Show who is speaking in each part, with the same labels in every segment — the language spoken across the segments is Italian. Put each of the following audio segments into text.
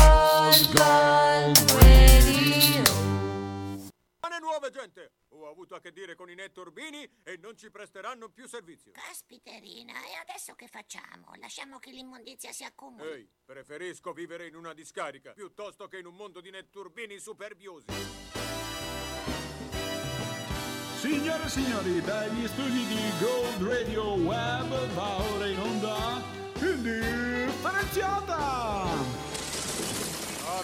Speaker 1: Gold, Gold Radio.
Speaker 2: Buone nuove, gente! Ho avuto a che dire con i netturbini e non ci presteranno più servizio.
Speaker 3: Caspiterina, e adesso che facciamo? Lasciamo che l'immondizia si accumuli.
Speaker 2: Ehi, preferisco vivere in una discarica piuttosto che in un mondo di netturbini superbiosi.
Speaker 4: Signore e signori, dagli studi di Gold Radio Web va ora in onda Indifferenziata!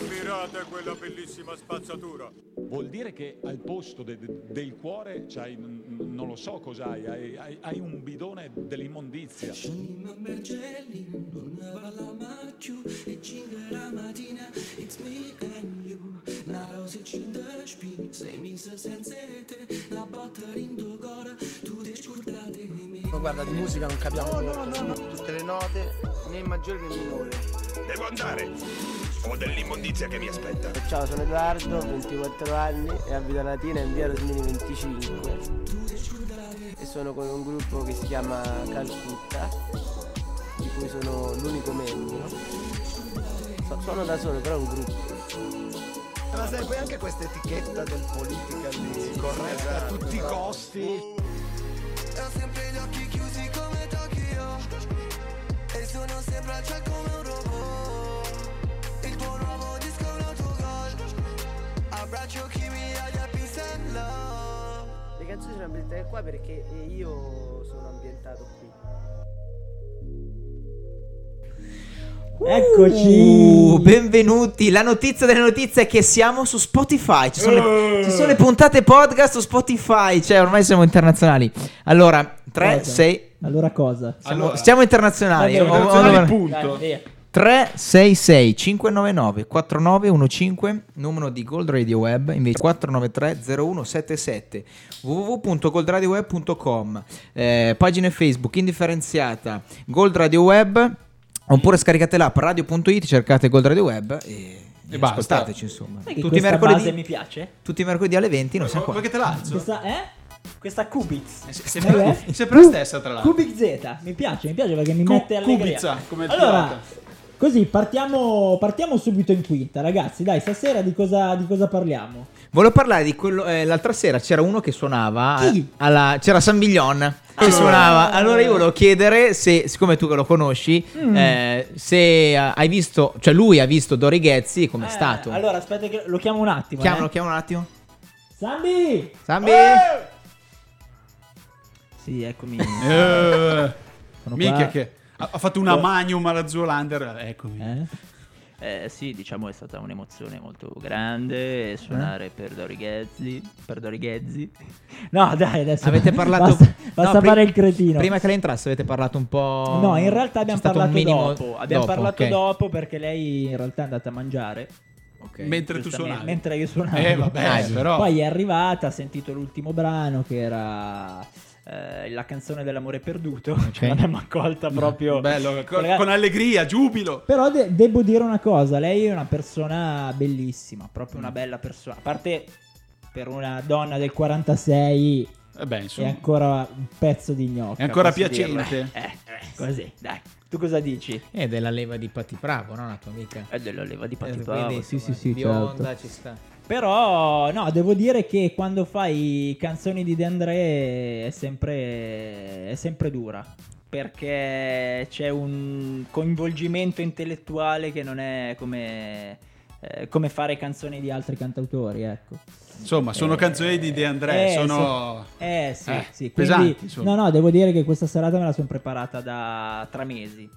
Speaker 2: Ammirate quella bellissima spazzatura!
Speaker 5: Vuol dire che al posto de- de- del cuore c'hai, n- n- non lo so cos'hai, hai, hai- hai un bidone dell'immondizia.
Speaker 6: Sogno Marcelli, una balla maggio e cinque la mattina, it's me and you. La rosa e cinta spin, sei messa senza te, la botta rindo cora, tu ti scordate di me.
Speaker 7: Ma guarda, di musica non capiamo molto. Tutte le note, né maggiore né minore.
Speaker 8: Devo andare. Ho dell'immondizia che mi aspetta.
Speaker 7: Ciao, sono Edoardo, 24 anni e abito a Latina in via Rosmini 25. E sono con un gruppo che si chiama Calcutta, di cui sono l'unico membro. So- sono da solo, però è un gruppo.
Speaker 9: Ma sai, poi anche questa etichetta del politica lì, corretta a tutti i costi.
Speaker 6: Ho sempre gli occhi chiusi come Tokyo E sono sempre al track come un robot Il tuo nuovo disco è un autogol Abbraccio chi mi ha gli happy and love
Speaker 7: Le canzoni sono ambientate qua perché io sono ambientato qui.
Speaker 10: Eccoci! Uh, benvenuti! La notizia delle notizie è che siamo su Spotify. Ci sono, le, ci sono le puntate podcast su Spotify. Cioè, ormai siamo internazionali. Allora, 3,
Speaker 11: Cosa?
Speaker 10: 6.
Speaker 11: Eh, Allora cosa?
Speaker 10: Siamo, siamo internazionali. Oh, Ho-
Speaker 11: Vabbè,
Speaker 10: ho-
Speaker 11: internazionali,
Speaker 10: ho-
Speaker 11: punto. Dai, via.
Speaker 10: 366 599 4915 numero di Gold Radio Web invece 493 0177 www.goldradioweb.com eh, pagine Facebook indifferenziata Gold Radio Web oppure scaricate l'app radio.it cercate Gold Radio Web e, e
Speaker 11: basta.
Speaker 10: ascoltateci insomma
Speaker 11: Sai che
Speaker 10: tutti i
Speaker 11: questa
Speaker 10: mercoledì
Speaker 11: base mi piace?
Speaker 10: tutti i mercoledì alle 20 non siamo qua
Speaker 11: Perché te l'alzo? Questa, eh? Questa Kubitz. Eh,
Speaker 12: sempre-
Speaker 11: eh?
Speaker 12: sempre la stessa, tra l'altro.
Speaker 11: Kubik Z, mi piace, mi piace perché mi
Speaker 12: Cu-
Speaker 11: mette allegria.
Speaker 12: Kubica, come
Speaker 11: Allora,
Speaker 12: pilota.
Speaker 11: così partiamo, partiamo subito in quinta, ragazzi. Dai, stasera di cosa, di cosa parliamo?
Speaker 10: Volevo parlare di quello. eh, l'altra sera c'era uno che suonava. alla- c'era San Biglion che
Speaker 11: Ah.
Speaker 10: suonava. Allora io volevo chiedere se, siccome tu che lo conosci,
Speaker 11: Mm.
Speaker 10: eh, se eh, hai visto, cioè lui ha visto Dori Ghezzi, com'è stato?
Speaker 11: Eh,
Speaker 12: Certo.
Speaker 11: Allora, aspetta che lo chiamo un attimo.
Speaker 10: Chiamalo,
Speaker 11: eh.
Speaker 10: chiamalo un attimo.
Speaker 11: Sambi!
Speaker 10: Sambi!
Speaker 11: Sì, eccomi.
Speaker 12: Eh,
Speaker 11: Sono
Speaker 12: Mica
Speaker 11: qua.
Speaker 12: che ha ha fatto una
Speaker 11: Oh.
Speaker 12: magnum alla Zoolander, eccomi.
Speaker 13: Eh, sì, diciamo è stata un'emozione molto grande eh, suonare per Dori Ghezzi, per Dori Ghezzi.
Speaker 11: No, dai, adesso.
Speaker 10: Avete parlato.
Speaker 11: Basta, basta
Speaker 10: no, pri-
Speaker 11: fare il cretino.
Speaker 10: Prima che lei entrasse, avete parlato un po'.
Speaker 11: No, in realtà
Speaker 10: c'è
Speaker 11: abbiamo
Speaker 10: stato un
Speaker 11: parlato
Speaker 10: minimo-
Speaker 11: dopo. Abbiamo parlato
Speaker 10: ok.
Speaker 11: dopo perché lei in realtà è andata a mangiare.
Speaker 12: Mentre tu
Speaker 11: Giustamente,
Speaker 12: suonavi.
Speaker 11: Mentre io suonavo.
Speaker 12: Eh, vabbè,
Speaker 11: Ah,
Speaker 12: sì. però.
Speaker 11: Poi è arrivata, ha sentito l'ultimo brano che era eh, la canzone dell'amore perduto. Cioè, l'abbiamo accolta proprio.
Speaker 12: Bello, con,
Speaker 11: Ragazzi-
Speaker 12: con allegria, giubilo.
Speaker 11: Però de- devo dire una cosa, lei è una persona bellissima, proprio
Speaker 12: Mm.
Speaker 11: una bella persona. A parte per una donna del 46
Speaker 12: Eh beh, insomma.
Speaker 11: è ancora un pezzo di gnocca.
Speaker 12: È ancora
Speaker 11: posso dirlo.
Speaker 12: piacente.
Speaker 11: Eh, eh, così, dai. Tu cosa dici? Eh,
Speaker 10: È Eh, della leva di Patti Bravo, no? La tua amica. Eh,
Speaker 13: È della leva di Patti
Speaker 11: Bravo,
Speaker 10: Quindi,
Speaker 11: sì, sì, sì,
Speaker 10: Bionda,
Speaker 11: certo.
Speaker 10: ci sta.
Speaker 11: Però no, devo dire che quando fai canzoni di De André è sempre, Eh, è sempre dura. Perché c'è un coinvolgimento intellettuale che non è come, eh, come fare canzoni di altri cantautori, ecco.
Speaker 12: Insomma, sono
Speaker 11: Eh,
Speaker 12: canzoni di De André,
Speaker 11: eh,
Speaker 12: sono...
Speaker 11: sì. Eh sì,
Speaker 12: Eh,
Speaker 11: sì. Quindi,
Speaker 12: pesanti, insomma.
Speaker 11: No, no, devo dire che questa serata me la sono preparata da tre mesi.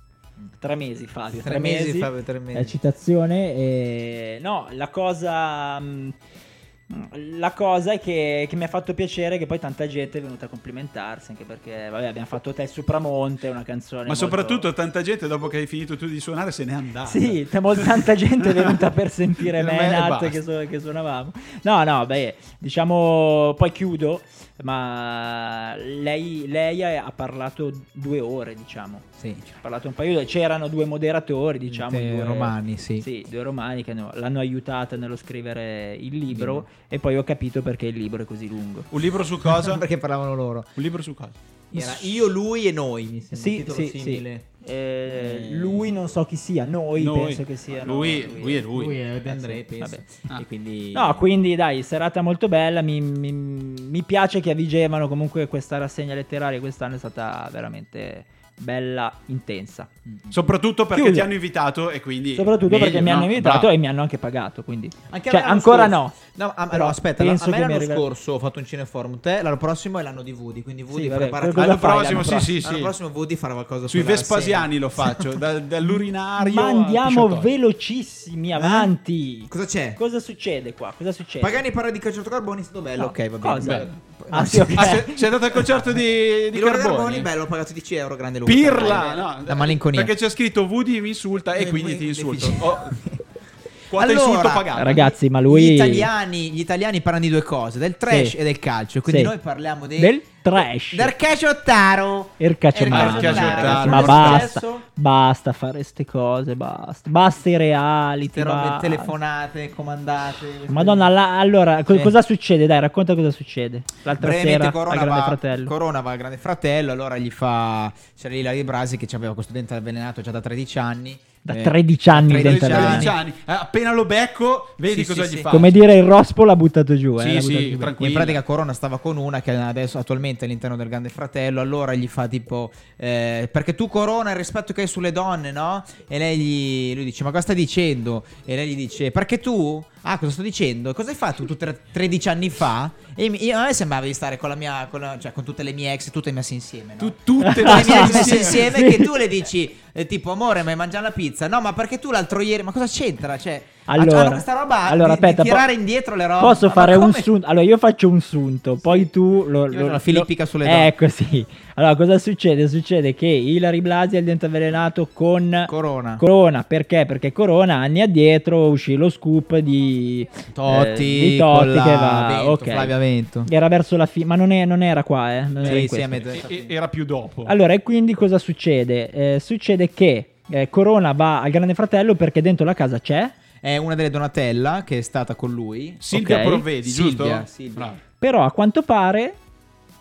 Speaker 11: Tre mesi, Fabio.
Speaker 10: Tre mesi, Fabio, tre mesi.
Speaker 11: Eh, citazione. eh, No, la cosa... mh, La cosa è che, che mi ha fatto piacere che poi tanta gente è venuta a complimentarsi, anche perché vabbè, abbiamo fatto Te su Pramonte, una canzone...
Speaker 12: Ma
Speaker 11: molto-
Speaker 12: soprattutto tanta gente dopo che hai finito tu di suonare se n'è andata.
Speaker 11: sì, t- mol- tanta gente è venuta per sentire
Speaker 12: Me e basta.
Speaker 11: Menat che, su- che suonavamo. No, no, beh, diciamo, poi chiudo, ma lei, lei ha ha parlato due ore, diciamo.
Speaker 10: Sì.
Speaker 11: Ha parlato un paio di ore, c'erano due moderatori, diciamo.
Speaker 10: Dei
Speaker 11: Due
Speaker 10: romani, sì.
Speaker 11: due romani che hanno- l'hanno aiutata nello scrivere il libro e poi ho capito perché il libro è così lungo.
Speaker 12: Un libro su cosa?
Speaker 10: Perché parlavano loro.
Speaker 12: Un libro su cosa?
Speaker 10: Era io, lui e noi. Mi sembra un
Speaker 11: Sì,
Speaker 10: titolo
Speaker 11: sì,
Speaker 10: simile.
Speaker 11: sì. Eh, Lui non so chi sia, noi,
Speaker 10: Noi.
Speaker 11: penso che sia.
Speaker 10: Lui- lui è lui. Lui
Speaker 11: è
Speaker 12: Eh,
Speaker 10: è De André, penso.
Speaker 12: Ah.
Speaker 10: E quindi-
Speaker 11: No, quindi dai, serata molto bella, mi, mi- mi piace che avvigevano comunque questa rassegna letteraria, quest'anno è stata veramente bella, intensa.
Speaker 12: Soprattutto perché
Speaker 11: Chiudo.
Speaker 12: ti hanno invitato e quindi...
Speaker 11: Soprattutto
Speaker 12: meglio,
Speaker 11: perché mi
Speaker 12: no?
Speaker 11: hanno invitato
Speaker 12: Bravo.
Speaker 11: e mi hanno anche pagato, quindi...
Speaker 10: Anche a me
Speaker 11: cioè,
Speaker 10: l'anno
Speaker 11: ancora
Speaker 10: scorso-
Speaker 11: no.
Speaker 10: No, a-
Speaker 11: però
Speaker 10: no, aspetta, la-
Speaker 11: penso
Speaker 10: a me
Speaker 11: che mi
Speaker 10: l'anno
Speaker 11: arriverà-
Speaker 10: scorso ho fatto un cineforum, te l'anno prossimo è l'anno di Woody, quindi Woody
Speaker 11: Sì, vabbè,
Speaker 10: preparati.
Speaker 11: quello
Speaker 12: L'anno prossimo, sì, sì, sì.
Speaker 10: L'anno prossimo Woody farà qualcosa
Speaker 12: Sui
Speaker 10: sulla
Speaker 12: Vespasiani
Speaker 10: rassegna.
Speaker 12: lo faccio, da- dall'urinario
Speaker 11: Ma
Speaker 12: al
Speaker 11: andiamo
Speaker 12: pisciatoio.
Speaker 11: velocissimi avanti.
Speaker 10: Eh? Cosa c'è?
Speaker 11: Cosa succede qua? Cosa succede?
Speaker 10: Pagani parla di
Speaker 12: Cioè,
Speaker 10: calciatore Carboni, è stato bello,
Speaker 11: No,
Speaker 10: Eh, ok, va bene.
Speaker 11: cosa?
Speaker 10: Bello.
Speaker 11: Ah, sì, ok.
Speaker 12: Ah, se- sei andato al concerto di, di
Speaker 10: Di Laura
Speaker 12: Carboni?
Speaker 10: Carboni, bello, ho pagato 10 euro, grande Luca.
Speaker 12: Pirla,
Speaker 10: Dai.
Speaker 12: no,
Speaker 10: La malinconia.
Speaker 12: Perché c'è scritto Woody mi insulta e
Speaker 10: Eh,
Speaker 12: quindi
Speaker 10: poi-
Speaker 12: ti insulto.
Speaker 10: deficit.
Speaker 12: Oh, quota
Speaker 10: Allora,
Speaker 12: insulto pagato.
Speaker 11: Ragazzi, ma lui...
Speaker 10: Gli italiani, gli italiani parlano di due cose, del trash
Speaker 11: Sì.
Speaker 10: e del calcio, quindi
Speaker 11: Sì.
Speaker 10: noi parliamo dei...
Speaker 11: Del trash.
Speaker 10: Del calciottaro.
Speaker 11: Il
Speaker 10: Ercaciottaro. Ercaciottaro.
Speaker 11: Ma
Speaker 10: Cosa
Speaker 11: basta,
Speaker 10: adesso?
Speaker 11: basta fare ste cose, basta. Basta i reality,
Speaker 10: Te robe
Speaker 11: basta.
Speaker 10: telefonate, comandate. queste-
Speaker 11: Madonna, la- allora, co-
Speaker 10: Sì.
Speaker 11: cosa succede? Dai, racconta cosa succede. L'altra
Speaker 10: Brevemente
Speaker 11: sera al
Speaker 10: Corona,
Speaker 11: Grande
Speaker 10: va,
Speaker 11: Fratello.
Speaker 10: Corona va al Grande Fratello, allora gli fa... C'era lì Ilaria Brasi che aveva questo dente avvelenato già da 13 anni. Eh,
Speaker 11: Da 13 anni il dente
Speaker 10: 13
Speaker 11: avvelenato.
Speaker 12: anni. Eh, appena lo becco, vedi
Speaker 10: Sì,
Speaker 12: cosa
Speaker 10: sì,
Speaker 12: gli
Speaker 10: sì.
Speaker 12: fa.
Speaker 11: Come dire, il Rospo l'ha buttato giù. eh,
Speaker 12: Sì,
Speaker 11: l'ha
Speaker 12: sì,
Speaker 11: buttato giù.
Speaker 12: tranquilla.
Speaker 10: In pratica Corona stava con una che adesso attualmente è all'interno del Grande Fratello, allora gli fa tipo eh, perché tu Corona il rispetto che hai sulle donne, no? E lei gli lui dice "Ma cosa stai dicendo?" E lei gli dice "Perché tu Ah, cosa sto dicendo? Cosa hai fatto tu tre- 13 anni fa?" E mi- io- a me sembrava di stare con la mia con la- cioè con tutte le mie ex tutte messe insieme, no?
Speaker 12: Tu- tutte
Speaker 10: le mie ex
Speaker 12: insieme.
Speaker 10: messe insieme
Speaker 11: Sì.
Speaker 10: che tu le dici eh, tipo "Amore, ma hai mangiato la pizza?" No, ma perché tu l'altro ieri? Ma cosa c'entra? Cioè
Speaker 11: Allora,
Speaker 10: hanno questa roba
Speaker 11: allora,
Speaker 10: di- di
Speaker 11: aspetta, po-
Speaker 10: tirare indietro le robe.
Speaker 11: Posso
Speaker 10: Ma
Speaker 11: fare un
Speaker 10: come-
Speaker 11: sunto? Allora, io faccio un sunto, poi tu lo.
Speaker 10: Io
Speaker 11: lo-
Speaker 10: ho la
Speaker 11: lo-
Speaker 10: filippica sulle donne.
Speaker 11: Ecco, sì. Allora, cosa succede? Succede che Ilari Blasi ha il dente avvelenato con.
Speaker 10: Corona.
Speaker 11: Corona, perché? Perché Corona anni addietro uscì lo scoop di
Speaker 10: Totti,
Speaker 11: eh, di Totti
Speaker 10: con la
Speaker 11: che va,
Speaker 10: Vento,
Speaker 11: ok.
Speaker 10: Flavia Vento.
Speaker 11: Era verso la fine, ma non, è- non era qua, eh. non era
Speaker 10: Sì, sì,
Speaker 11: in questo.
Speaker 10: a metà.
Speaker 12: E- e- era più dopo.
Speaker 11: Allora, e quindi cosa succede? Eh, succede che eh, Corona va al Grande Fratello perché dentro la casa c'è.
Speaker 10: È una delle Donatella che è stata con lui.
Speaker 12: Silvia
Speaker 11: ok.
Speaker 12: provvedi,
Speaker 10: Silvia,
Speaker 12: giusto?
Speaker 10: Silvia.
Speaker 12: Bravo.
Speaker 11: Però a quanto pare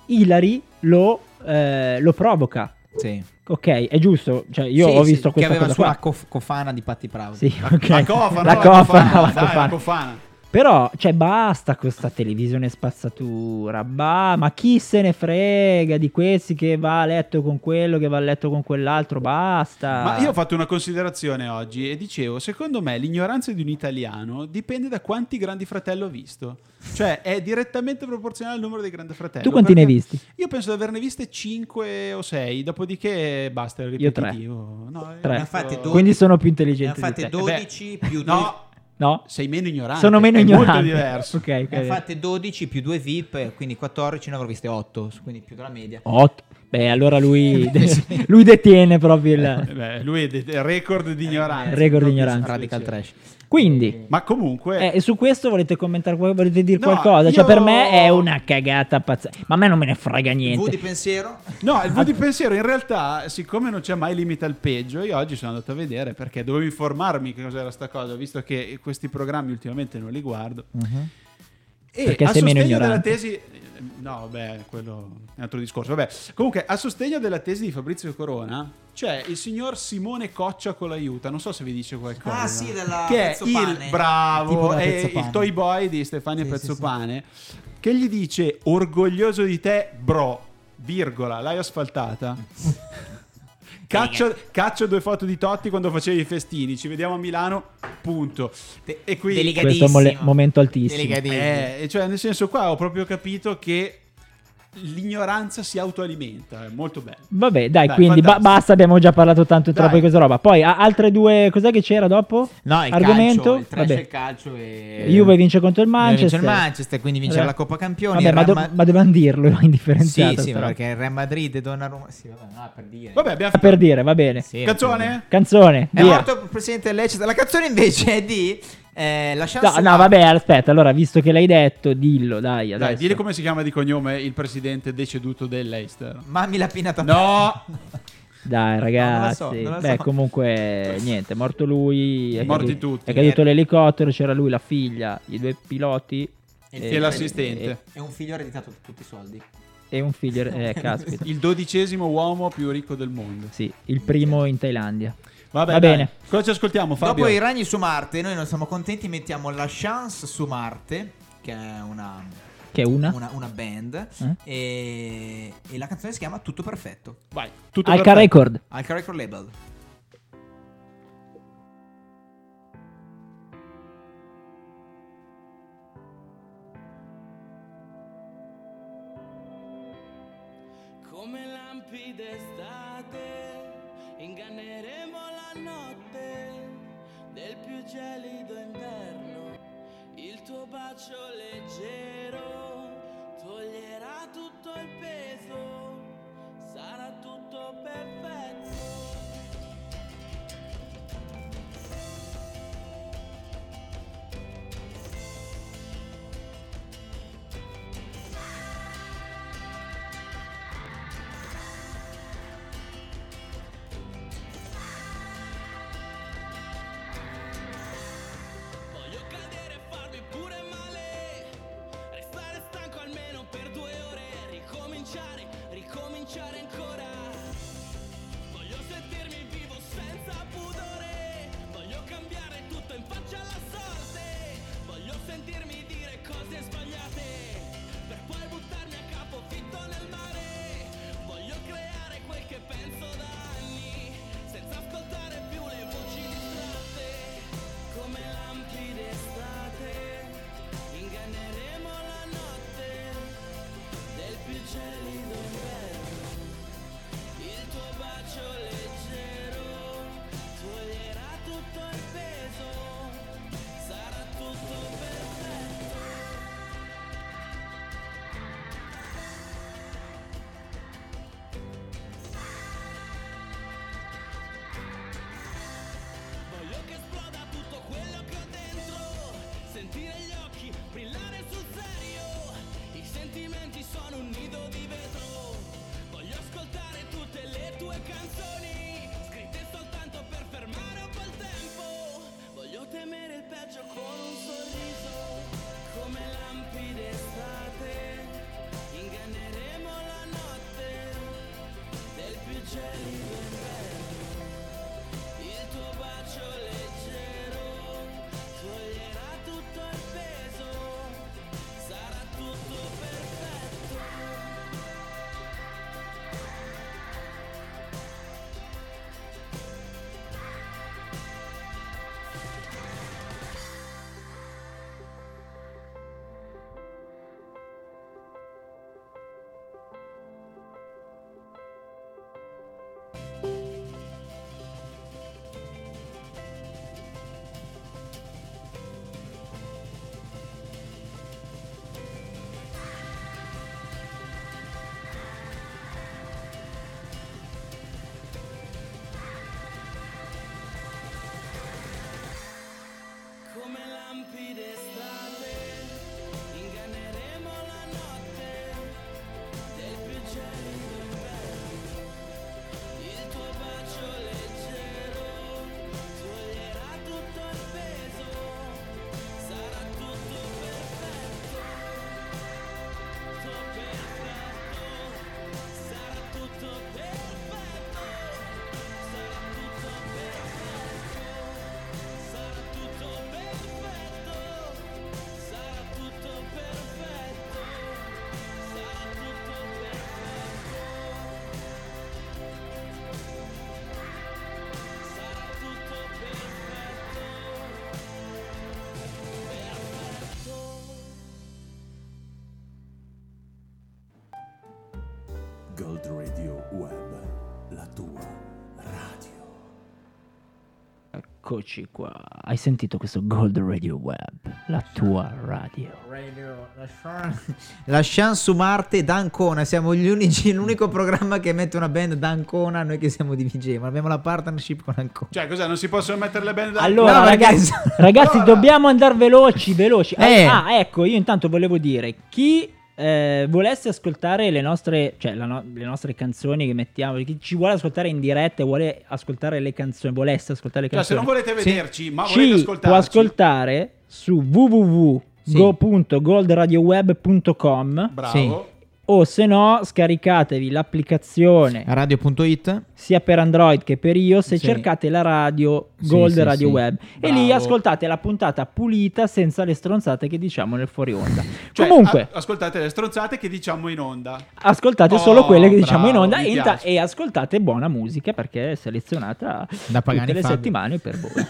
Speaker 11: Ilari lo, eh, lo provoca.
Speaker 10: Sì.
Speaker 11: Ok, è giusto. Cioè, io
Speaker 10: Sì,
Speaker 11: ho
Speaker 10: sì,
Speaker 11: visto
Speaker 10: Che
Speaker 11: questa
Speaker 10: aveva
Speaker 11: cosa
Speaker 10: sua
Speaker 11: qua.
Speaker 10: cof- cofana di Patti Pravo.
Speaker 11: Sì, ok.
Speaker 12: La cofana,
Speaker 11: La
Speaker 12: la
Speaker 11: cofana,
Speaker 12: cofana,
Speaker 11: la
Speaker 12: dai, la
Speaker 11: cofana.
Speaker 12: cofana.
Speaker 11: Però, cioè, basta con sta televisione spazzatura. Bah, ma chi se ne frega di questi che va a letto con quello, che va a letto con quell'altro? Basta.
Speaker 12: Ma io ho fatto una considerazione oggi e dicevo, secondo me l'ignoranza di un italiano dipende da quanti Grandi Fratello ho visto. Cioè è direttamente proporzionale al numero dei Grandi Fratello.
Speaker 11: Tu quanti ne hai
Speaker 12: perché
Speaker 11: visti?
Speaker 12: Io penso di averne viste 5 o 6, dopodiché basta, è
Speaker 11: Io tre.
Speaker 12: ripetitivo. No, io ho
Speaker 11: Tre.
Speaker 12: fatto-
Speaker 10: Infatti, dodici.
Speaker 11: Quindi sono più
Speaker 10: Ne ha
Speaker 11: intelligente di
Speaker 10: fatte
Speaker 11: te.
Speaker 12: do-
Speaker 10: 12 più 2
Speaker 12: No,
Speaker 11: No?
Speaker 12: sei meno ignorante.
Speaker 11: Sono meno
Speaker 12: è
Speaker 11: ignorante.
Speaker 12: molto diverso.
Speaker 11: Ok, ok.
Speaker 10: Ne ha fatte 12 più 2 VIP, quindi 14, ne avrò viste 8, quindi più della media.
Speaker 11: Ot- Beh, allora lui, lui detiene proprio il
Speaker 12: Eh beh, lui è de- record di ignoranza.
Speaker 11: Eh, record di ignoranza.
Speaker 10: Radical trash.
Speaker 11: Quindi,
Speaker 12: Ma comunque...
Speaker 11: eh, e su questo volete commentare qual- volete dire
Speaker 12: No,
Speaker 11: qualcosa? Cioè,
Speaker 12: io-
Speaker 11: per me è una cagata pazzesca. Ma a me non me ne frega
Speaker 10: V di
Speaker 11: niente.
Speaker 10: pensiero?
Speaker 12: No, il V di pensiero in realtà, siccome non c'è mai limite al peggio, io oggi sono andato a vedere perché dovevo informarmi che cos'era sta cosa, visto che questi programmi ultimamente non li guardo. E
Speaker 11: Mhm. Perché
Speaker 12: a
Speaker 11: sei meno
Speaker 12: sostegno della
Speaker 11: ignorante.
Speaker 12: tesi No, beh, quello è un altro discorso. Vabbè, comunque a sostegno della tesi di Fabrizio Corona c'è il signor Simone Coccia con l'aiuta, non so se vi dice qualcosa.
Speaker 10: Ah, sì, della
Speaker 12: che è il
Speaker 10: Pezzopane. Tipo
Speaker 12: bravo
Speaker 10: della
Speaker 12: è
Speaker 10: Pezzopane.
Speaker 12: il toy boy di Stefania
Speaker 10: Sì, sì,
Speaker 12: Pezzopane che gli dice orgoglioso di te, bro, virgola, l'hai asfaltata. Caccio, caccio due foto di Totti quando facevi i festini. Ci vediamo a Milano. Punto. E, e qui
Speaker 11: Questo è un mole- momento altissimo.
Speaker 12: eh, e cioè, nel senso, qua ho proprio capito che l'ignoranza si autoalimenta. È molto bello.
Speaker 11: Vabbè, dai,
Speaker 12: Dai,
Speaker 11: quindi ba-
Speaker 12: fantastico.
Speaker 11: basta, abbiamo già parlato tanto e
Speaker 12: Dai.
Speaker 11: troppo di questa roba. Poi a- altre due, cos'è che c'era dopo?
Speaker 10: No, il
Speaker 11: Argomento?
Speaker 10: calcio, il trash
Speaker 11: Vabbè.
Speaker 10: e il calcio e
Speaker 11: Juve vince contro il
Speaker 10: Juve vince
Speaker 11: Manchester.
Speaker 10: il Manchester, quindi vince
Speaker 11: Vabbè.
Speaker 10: la Coppa Campioni,
Speaker 11: Vabbè,
Speaker 10: il
Speaker 11: ma,
Speaker 10: Real
Speaker 11: do-
Speaker 10: Ma-
Speaker 11: ma dobbiamo dirlo indifferenziato.
Speaker 10: Sì, sì, ma perché il Real Madrid e Donnarumma, sì, vabbè, no, per dire.
Speaker 12: Vabbè, abbiamo finito.
Speaker 11: Ah, Per dire, va bene.
Speaker 10: Sì,
Speaker 12: Canzone?
Speaker 11: Canzone,
Speaker 10: È
Speaker 11: via.
Speaker 10: morto il presidente del Leicester. La canzone invece è di eh, La
Speaker 11: No,
Speaker 10: chance
Speaker 11: no, vabbè, aspetta. Allora, visto che l'hai detto, dillo, dai. Adesso.
Speaker 12: Dai, dile come si chiama di cognome il presidente deceduto dell'Eister.
Speaker 10: Mammi la pinata.
Speaker 12: No,
Speaker 11: Dai, ragazzi.
Speaker 10: No, non la so, non la
Speaker 11: Beh,
Speaker 10: so.
Speaker 11: comunque, niente. È morto lui. È
Speaker 12: Morti
Speaker 11: caduto,
Speaker 12: tutti.
Speaker 11: È caduto l'elicottero. C'era lui, la figlia, i due piloti. Eh,
Speaker 10: E
Speaker 12: e l'assistente.
Speaker 10: È un figlio ereditato di tutti i soldi.
Speaker 11: E, e un figlio. Eh, caspita.
Speaker 12: Il dodicesimo uomo più ricco del mondo.
Speaker 11: Sì, il primo in Thailandia.
Speaker 12: Vabbè,
Speaker 11: Va
Speaker 12: dai.
Speaker 11: bene.
Speaker 12: Cosa ci ascoltiamo, Fabio?
Speaker 10: Dopo i ragni su Marte, noi non siamo contenti, mettiamo la chance su Marte, che è una,
Speaker 11: Che è una? Eh?
Speaker 10: una, una band, e, e la canzone si chiama Tutto Perfetto.
Speaker 12: Vai,
Speaker 11: tutto Alca perfetto. Record.
Speaker 10: Alca Record Label.
Speaker 14: Come lampi d'estate, inganneremo la notte del più gelido inverno. Il tuo bacio leggero toglierà tutto il peso, sarà tutto perfetto. Voglio cadere e farmi pure male Restare stanco almeno per due ore Ricominciare, ricominciare ancora Voglio sentirmi vivo senza pudore Voglio cambiare tutto in faccia alla sorte Voglio sentirmi dire cose sbagliate Per poi buttarmi a capo fitto nel mare Voglio creare quel che penso da anni Senza ascoltare più le voci distratte come lampi d'estate inganneremo la notte del più gelido inverno il tuo bacio leggero toglierà tutto il peso sarà tutto perfetto Voglio che esploda tutto quello che ho dentro Sentire gli occhi brillare sul serio I sentimenti sono un nido di vetro Voglio ascoltare tutte le tue canzoni Scritte soltanto per fermare un po' il tempo Voglio temere il peggio con un sorriso Come lampi d'estate Inganneremo la notte Del più gelido inverno il tuo bacio leggero toglierà tutto il peso, sarà tutto perfetto. Come lampi d'estate, inganneremo la notte del più gelido inverno. Il tuo bacio leggero toglierà tutto il peso, sarà tutto perfetto. Tutto perfetto, sarà tutto perfetto, sarà tutto perfetto. Sarà tutto perfetto, sarà tutto perfetto, sarà tutto perfetto, sarà tutto perfetto, perfetto.
Speaker 15: Gold Radio Web, la tua radio.
Speaker 13: Eccoci qua. Hai sentito questo Gold Radio Web, la tua radio.
Speaker 10: La chance su Marte d'Ancona, siamo gli unici, l'unico programma che mette una band d'Ancona, noi che siamo di VJ, ma abbiamo la partnership con Ancona.
Speaker 12: Cioè, cos'è? Non si possono mettere le band da-
Speaker 11: Allora,
Speaker 12: No,
Speaker 11: ragazzi, ragazzi, dobbiamo andare veloci, veloci. Ah,
Speaker 12: Eh.
Speaker 11: Ah, ecco, io intanto volevo dire, chi eh, volesse ascoltare le nostre, cioè, la no- le nostre canzoni che mettiamo, chi ci vuole ascoltare in diretta e vuole ascoltare le canzoni, volesse ascoltare le
Speaker 12: Cioè, se
Speaker 11: canzoni.
Speaker 12: non volete
Speaker 11: sì,
Speaker 12: vederci, ma
Speaker 11: ci
Speaker 12: volete
Speaker 11: può
Speaker 12: ascoltarci.
Speaker 11: ascoltare su www.go.goldradioweb.com
Speaker 12: Bravo. Sì.
Speaker 11: o se no scaricatevi l'applicazione
Speaker 10: radio.it
Speaker 11: sia per Android che per iOS e
Speaker 10: Sì.
Speaker 11: cercate la radio
Speaker 10: Sì,
Speaker 11: Gold
Speaker 10: sì,
Speaker 11: Radio
Speaker 10: sì.
Speaker 11: Web e lì
Speaker 10: Bravo.
Speaker 11: ascoltate la puntata pulita senza le stronzate che diciamo nel fuori onda.
Speaker 12: Cioè,
Speaker 11: Comunque
Speaker 12: a- ascoltate le stronzate che diciamo in onda.
Speaker 11: ascoltate
Speaker 12: Oh,
Speaker 11: solo quelle che diciamo in
Speaker 12: bravo,
Speaker 11: onda
Speaker 12: mi
Speaker 11: e, inta-
Speaker 12: piace.
Speaker 11: e ascoltate buona musica perché è selezionata
Speaker 10: Da Pagani
Speaker 11: tutte le
Speaker 10: Fabio.
Speaker 11: settimane per voi.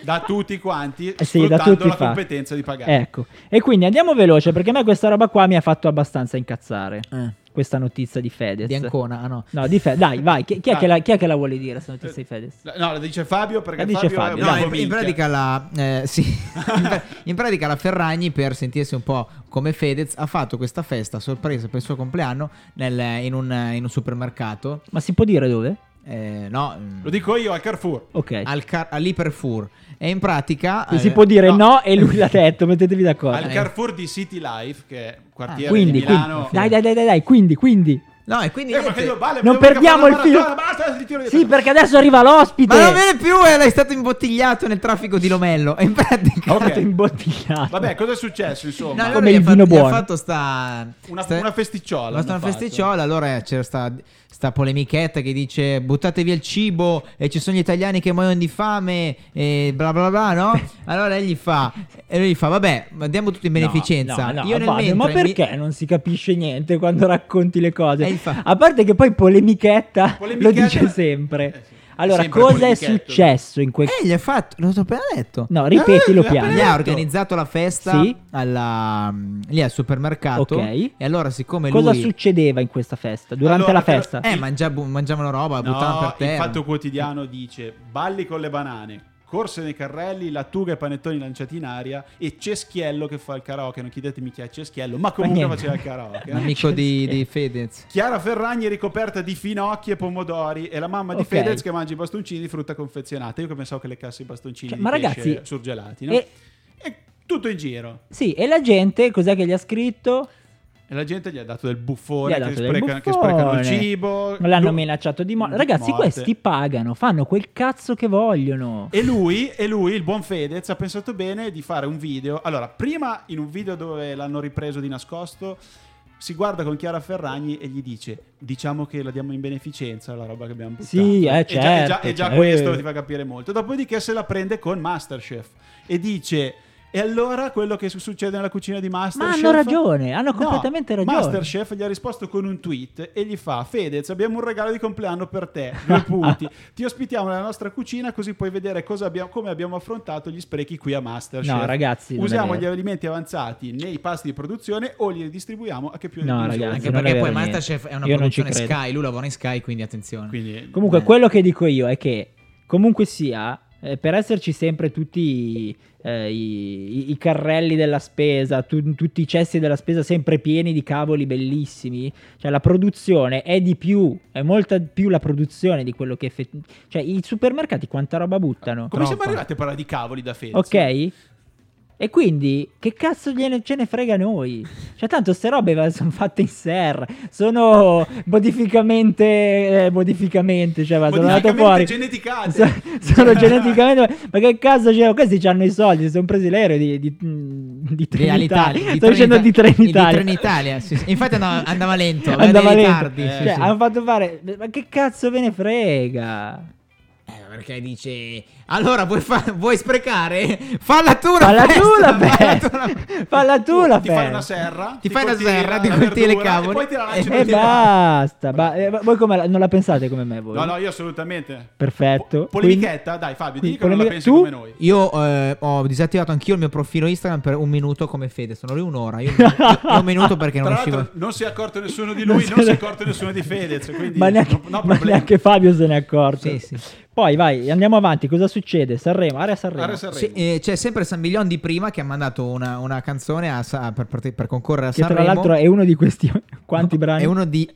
Speaker 12: Da tutti quanti,
Speaker 11: Eh sì, da
Speaker 12: sfruttando
Speaker 11: tutti
Speaker 12: la
Speaker 11: fa.
Speaker 12: competenza di pagare.
Speaker 11: Ecco. E quindi andiamo veloce perché a me questa roba qua mi ha fatto abbastanza incazzare.
Speaker 10: Eh.
Speaker 11: Questa notizia di Fedez.
Speaker 10: Di Ancona, ah no.
Speaker 11: No, di Fedez. Dai, vai. Chi, chi è
Speaker 12: Dai.
Speaker 11: che la, chi è che la vuole dire questa notizia di Fedez?
Speaker 12: No, la dice Fabio perché
Speaker 11: La Eh, dice
Speaker 12: Fabio, è
Speaker 11: Fabio,
Speaker 12: un
Speaker 10: No,
Speaker 12: po'
Speaker 10: in, in
Speaker 12: minchia.
Speaker 10: pratica la eh, sì. in, pra- in pratica la Ferragni per sentirsi un po' come Fedez ha fatto questa festa a sorpresa per il suo compleanno nel- in, un, in un supermercato. Eh,
Speaker 11: Ma si può dire dove?
Speaker 10: no, mm.
Speaker 12: Lo dico io al Carrefour.
Speaker 11: Ok.
Speaker 10: al car- all'Iperfur. E in pratica
Speaker 11: Qui
Speaker 10: eh,
Speaker 11: si può dire no, e lui l'ha detto, mettetevi d'accordo.
Speaker 12: Al Carrefour di City Life, che è un quartiere
Speaker 11: Eh. Ah, quindi,
Speaker 12: di Milano.
Speaker 11: quindi, dai, dai, dai, dai, dai, quindi, quindi.
Speaker 10: No, e quindi
Speaker 12: Eh, ma
Speaker 10: niente.
Speaker 12: che io vale,
Speaker 11: Non
Speaker 12: volevo mica
Speaker 11: perdiamo
Speaker 12: fare
Speaker 11: il
Speaker 12: la
Speaker 11: filo.
Speaker 12: maratona, basta, ti tiro dietro.
Speaker 11: Sì, perché adesso arriva l'ospite.
Speaker 10: Ma non viene più, eh, è stato imbottigliato nel traffico di Lomello. E in pratica
Speaker 12: Ok.
Speaker 11: imbottigliato.
Speaker 12: Vabbè, cosa è successo, insomma?
Speaker 10: allora
Speaker 11: Come
Speaker 10: gli
Speaker 11: il
Speaker 10: ha fatto-
Speaker 11: vino
Speaker 10: gli ha
Speaker 11: buono.
Speaker 10: fatto sta
Speaker 12: Una,
Speaker 10: sta-
Speaker 12: una festicciola.
Speaker 10: Basta una
Speaker 12: hanno fatto.
Speaker 10: festicciola, allora c'era sta, sta polemichetta che dice buttate via il cibo e ci sono gli italiani che muoiono di fame e bla bla bla, no? Allora egli fa, e lui gli fa vabbè, ma diamo tutto in beneficenza.
Speaker 11: No, no, no,
Speaker 10: Io nel
Speaker 11: Fabio, ma
Speaker 10: mentre mi-
Speaker 11: perché non si capisce niente quando racconti le cose?
Speaker 10: Eh, infa-
Speaker 11: A parte che poi polemichetta,
Speaker 12: Polemichetta-
Speaker 11: lo dice sempre. Allora,
Speaker 12: sempre
Speaker 11: cosa è
Speaker 12: polemichetto.
Speaker 11: successo in quel
Speaker 10: Eh, gli ha fatto, l'ho appena detto.
Speaker 11: No, ripetilo
Speaker 12: Eh, l'ha
Speaker 11: piano.
Speaker 10: Gli ha organizzato la festa
Speaker 11: Sì.
Speaker 10: alla- lì al supermercato.
Speaker 11: Ok.
Speaker 10: E allora, siccome
Speaker 11: Cosa
Speaker 10: lui
Speaker 11: succedeva in questa festa? Durante
Speaker 12: Allora,
Speaker 11: la festa?
Speaker 10: eh, mangia- mangiavano roba, buttavano
Speaker 12: No,
Speaker 10: per
Speaker 12: il
Speaker 10: terra.
Speaker 12: fatto quotidiano dice balli con le banane, corse nei carrelli, lattuga e panettoni lanciati in aria e Ceschiello che fa il karaoke. Non chiedetemi chi è Ceschiello, ma comunque
Speaker 11: niente.
Speaker 12: faceva il karaoke.
Speaker 10: Un amico di, di Fedez.
Speaker 12: Chiara Ferragni è ricoperta di finocchi e pomodori e la mamma di
Speaker 11: Ok.
Speaker 12: Fedez che mangia i bastoncini di frutta confezionata. Io che pensavo che le casse i bastoncini
Speaker 11: Cioè,
Speaker 12: di
Speaker 11: ma
Speaker 12: pesce
Speaker 11: ragazzi,
Speaker 12: surgelati, no?
Speaker 11: e-
Speaker 12: E tutto in giro.
Speaker 11: Sì, e la gente cos'è che gli ha scritto?
Speaker 12: E la gente gli ha dato del
Speaker 11: Gli
Speaker 12: buffone,
Speaker 11: ha
Speaker 12: che,
Speaker 11: dato del
Speaker 12: spreca- che
Speaker 11: buffone.
Speaker 12: sprecano il cibo.
Speaker 11: L'hanno
Speaker 12: Lu-
Speaker 11: minacciato di morte.
Speaker 12: di
Speaker 11: Ragazzi,
Speaker 12: morte.
Speaker 11: questi pagano, fanno quel cazzo che vogliono.
Speaker 12: E lui, e lui, il buon Fedez, ha pensato bene di fare un video. Allora, prima in un video dove l'hanno ripreso di nascosto, si guarda con Chiara Ferragni e gli dice: Diciamo che la diamo in beneficenza la roba che abbiamo buttato.
Speaker 11: Sì, eh,
Speaker 12: E già- E già,
Speaker 11: certo,
Speaker 12: e già
Speaker 11: cioè,
Speaker 12: questo
Speaker 11: eh.
Speaker 12: ti fa capire molto. Dopodiché se la prende con Masterchef e dice. E allora quello che su- succede nella cucina di
Speaker 11: Ma
Speaker 12: Masterchef?
Speaker 11: hanno ragione, hanno
Speaker 12: No,
Speaker 11: completamente ragione.
Speaker 12: Masterchef gli ha risposto con un tweet e gli fa: Fedez, abbiamo un regalo di compleanno per te. Due punti. Ti ospitiamo nella nostra cucina così puoi vedere cosa abbiamo- come abbiamo affrontato gli sprechi qui a Masterchef.
Speaker 11: No, ragazzi, non è
Speaker 12: usiamo
Speaker 11: vero.
Speaker 12: gli alimenti avanzati nei pasti di produzione o li distribuiamo a chi più ne
Speaker 11: No,
Speaker 12: ha bisogno.
Speaker 11: ragazzi,
Speaker 10: Anche
Speaker 11: non è
Speaker 10: perché
Speaker 11: vero
Speaker 10: poi
Speaker 11: niente.
Speaker 10: Masterchef è una
Speaker 11: Io non ci
Speaker 10: produzione
Speaker 11: credo.
Speaker 10: Sky, lui lavora in Sky, quindi attenzione.
Speaker 12: Quindi,
Speaker 11: Comunque,
Speaker 10: Eh.
Speaker 11: quello che dico io è che comunque sia. eh, per esserci sempre tutti eh, i, i- i carrelli della spesa, tu- tutti i cessi della spesa sempre pieni di cavoli bellissimi, cioè la produzione è di più, è molta più la produzione di quello che effettivamente... Cioè i supermercati quanta roba buttano.
Speaker 12: come siamo
Speaker 10: Troppa.
Speaker 12: arrivati a parlare di cavoli da Fedez?
Speaker 11: Ok? E quindi che cazzo gliene, ce ne frega a noi? Cioè tanto ste robe sono fatte in serra, sono modificamente, eh, modificamente, cioè vado dato
Speaker 12: Modificamente
Speaker 11: fuori.
Speaker 12: geneticate.
Speaker 11: So- sono geneticamente... Ma che cazzo c'è? Oh, Questi hanno i soldi, si sono presi l'aereo di, di, mm, di
Speaker 10: Di
Speaker 11: Trenitalia.
Speaker 10: Alitalia,
Speaker 11: Sto dicendo di
Speaker 10: Di
Speaker 11: Trenitalia.
Speaker 10: Trenitalia, sì, sì. Infatti andava, andava lento,
Speaker 11: Andava
Speaker 10: aveva dei
Speaker 11: lento.
Speaker 10: ritardi, sì,
Speaker 11: Cioè,
Speaker 10: sì.
Speaker 11: hanno fatto fare... Ma che cazzo ve ne frega?
Speaker 10: Eh, perché dice allora vuoi, fa- vuoi sprecare? Falla tu la
Speaker 11: Falla
Speaker 10: festa,
Speaker 11: tu la
Speaker 10: falla
Speaker 11: festa.
Speaker 10: tu la-
Speaker 11: Falla tu la
Speaker 12: Ti fai
Speaker 11: festa.
Speaker 12: una serra,
Speaker 10: Ti fai una
Speaker 12: coltivi
Speaker 10: serra,
Speaker 12: la-
Speaker 10: ti
Speaker 12: la
Speaker 10: coltivi le
Speaker 12: verdura
Speaker 10: cavoli.
Speaker 12: e poi te la lanci
Speaker 10: Eh,
Speaker 12: nel
Speaker 11: E
Speaker 12: tiro.
Speaker 11: basta. ba- eh, ma voi come la- non la pensate come me voi?
Speaker 12: No, no, io assolutamente.
Speaker 11: Perfetto.
Speaker 12: Po- polemichetta, dai, Fabio,
Speaker 11: quindi
Speaker 12: dico che non la pensi
Speaker 11: polemica- tu?
Speaker 12: come noi.
Speaker 10: Io eh, ho disattivato anch'io il mio profilo Instagram per un minuto come Fede, sono lì un'ora. Io, io- io un minuto perché non
Speaker 12: Tra
Speaker 10: riuscivo.
Speaker 12: l'altro non si è accorto nessuno di
Speaker 11: Non
Speaker 12: lui,
Speaker 11: se
Speaker 12: non si è
Speaker 11: ne-
Speaker 12: accorto nessuno di Fedez, quindi
Speaker 11: ma, neanche,
Speaker 12: no, no
Speaker 11: ma
Speaker 12: problemi.
Speaker 11: neanche Fabio se n'è accorto.
Speaker 10: Sì, sì.
Speaker 11: Poi vai, andiamo avanti. Cosa succede? Sanremo, area Sanremo.
Speaker 12: Area Sanremo.
Speaker 10: Sì, eh, c'è sempre San Biglion di prima che ha mandato una, una canzone a Sa- per, parte- per concorrere a
Speaker 11: che tra
Speaker 10: Sanremo.
Speaker 11: l'altro è uno di questi. Quanti brani?
Speaker 10: È uno di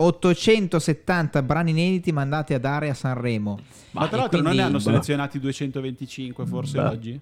Speaker 10: 870 brani inediti mandati a dare a Sanremo.
Speaker 12: Ma tra l'altro
Speaker 10: E
Speaker 12: non
Speaker 10: quindi-
Speaker 12: ne hanno
Speaker 10: boh.
Speaker 12: selezionati 225 forse
Speaker 11: Bah.
Speaker 12: oggi?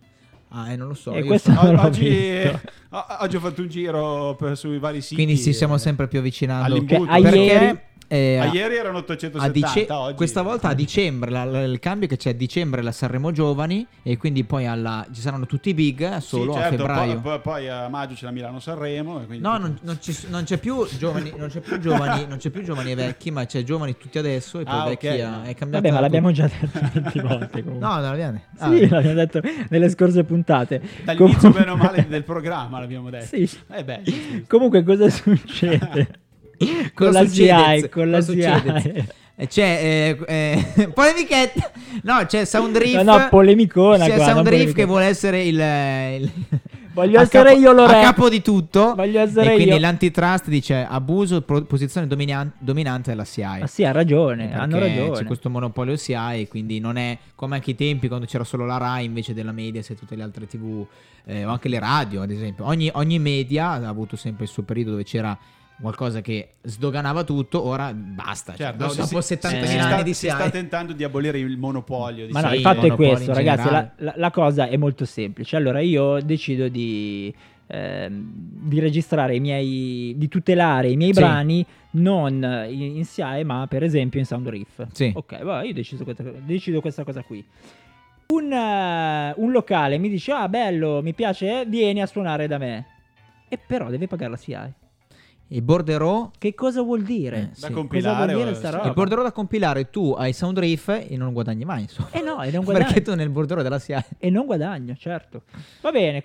Speaker 10: Ah, eh, non lo so.
Speaker 11: E
Speaker 10: io
Speaker 11: questo-
Speaker 10: sto-
Speaker 11: Non l'ho
Speaker 12: oggi,
Speaker 11: visto.
Speaker 12: o- oggi ho fatto un giro per- sui vari siti.
Speaker 10: Quindi ci
Speaker 12: eh,
Speaker 10: stiamo sempre più avvicinando.
Speaker 12: all'imbuto.
Speaker 11: Cioè, a
Speaker 10: perché
Speaker 11: ieri-
Speaker 10: eh,
Speaker 12: A ieri erano 870,
Speaker 10: a dice-
Speaker 12: oggi-
Speaker 10: Questa volta a dicembre, la- la- il cambio che c'è a dicembre la Sanremo Giovani e quindi poi alla- ci saranno tutti i big eh, solo
Speaker 12: sì,
Speaker 10: a
Speaker 12: certo,
Speaker 10: febbraio.
Speaker 12: Poi, poi- poi a maggio c'è la Milano-Sanremo. e quindi-
Speaker 10: No, non, non ci- non c'è più giovani, non c'è più giovani, non c'è più giovani e vecchi, ma c'è giovani tutti adesso e poi
Speaker 11: Ah,
Speaker 10: vecchi
Speaker 11: ok.
Speaker 10: a- è cambiato.
Speaker 11: Vabbè, ma
Speaker 10: tutto.
Speaker 11: l'abbiamo già detto 20 volte. Comunque.
Speaker 10: No, non l'abbiamo detto.
Speaker 11: Sì,
Speaker 10: Ah.
Speaker 11: l'abbiamo detto nelle scorse puntate.
Speaker 12: Dall'inizio,
Speaker 11: Comunque-
Speaker 12: meno male, del programma l'abbiamo detto.
Speaker 11: Sì.
Speaker 12: Eh beh, giusto, giusto.
Speaker 11: Comunque, cosa succede? con
Speaker 10: Cosa
Speaker 11: la
Speaker 10: succede?
Speaker 11: CI, con la
Speaker 10: Cosa
Speaker 11: CI.
Speaker 10: succede? Eh, C'è eh, eh, polemichetta. No, c'è Sound Riff.
Speaker 11: No, no, polemicona
Speaker 10: C'è
Speaker 11: qua,
Speaker 10: Sound
Speaker 11: non
Speaker 10: Riff che
Speaker 11: polemicona.
Speaker 10: vuole essere il. eh, il-
Speaker 11: Voglio
Speaker 10: a
Speaker 11: essere
Speaker 10: capo-
Speaker 11: io lo
Speaker 10: a
Speaker 11: re.
Speaker 10: capo di tutto.
Speaker 11: Voglio essere
Speaker 10: e quindi
Speaker 11: io.
Speaker 10: l'antitrust dice abuso pro- posizione dominan- dominante della SIAE.
Speaker 11: Ma Ah, sì, ha ragione,
Speaker 10: Perché
Speaker 11: hanno ragione.
Speaker 10: C'è questo monopolio SIAE, quindi non è come anche i tempi quando c'era solo la RAI invece della media e tutte le altre TV eh, o anche le radio, ad esempio. Ogni, ogni media ha avuto sempre il suo periodo dove c'era qualcosa che sdoganava tutto, ora basta. Cioè,
Speaker 12: Certo,
Speaker 10: do-
Speaker 12: si-
Speaker 10: dopo
Speaker 12: si-
Speaker 10: 70
Speaker 12: si
Speaker 10: anni
Speaker 12: sta-
Speaker 10: di
Speaker 12: si sta
Speaker 10: SIAE.
Speaker 12: tentando di abolire il monopolio. di
Speaker 11: Ma no,
Speaker 12: Sky.
Speaker 11: il fatto è
Speaker 10: monopoli
Speaker 11: questo,
Speaker 10: in
Speaker 11: ragazzi. La,
Speaker 10: generale.
Speaker 11: la- la cosa è molto semplice. Allora, io decido di, ehm, di registrare i miei. di tutelare i miei
Speaker 10: Sì.
Speaker 11: brani non in, in SIAE, ma per esempio in Sound Riff.
Speaker 10: Sì.
Speaker 11: Ok, va, io decido questa, decido questa cosa qui. Un, eh, un locale mi dice: Ah, bello, mi piace, eh, vieni a suonare da me. E però deve pagare la SIAE.
Speaker 10: E borderò
Speaker 11: Che cosa vuol dire?
Speaker 10: Eh,
Speaker 12: Da sì. compilare
Speaker 11: Cosa vuol
Speaker 12: o-
Speaker 11: dire sta
Speaker 12: sì.
Speaker 11: roba?
Speaker 10: Il borderò da compilare tu hai sound riff e non guadagni mai, insomma.
Speaker 11: Eh no, e non guadagno.
Speaker 10: Perché tu nel borderò della SIAE
Speaker 11: E non guadagno, certo. Va bene,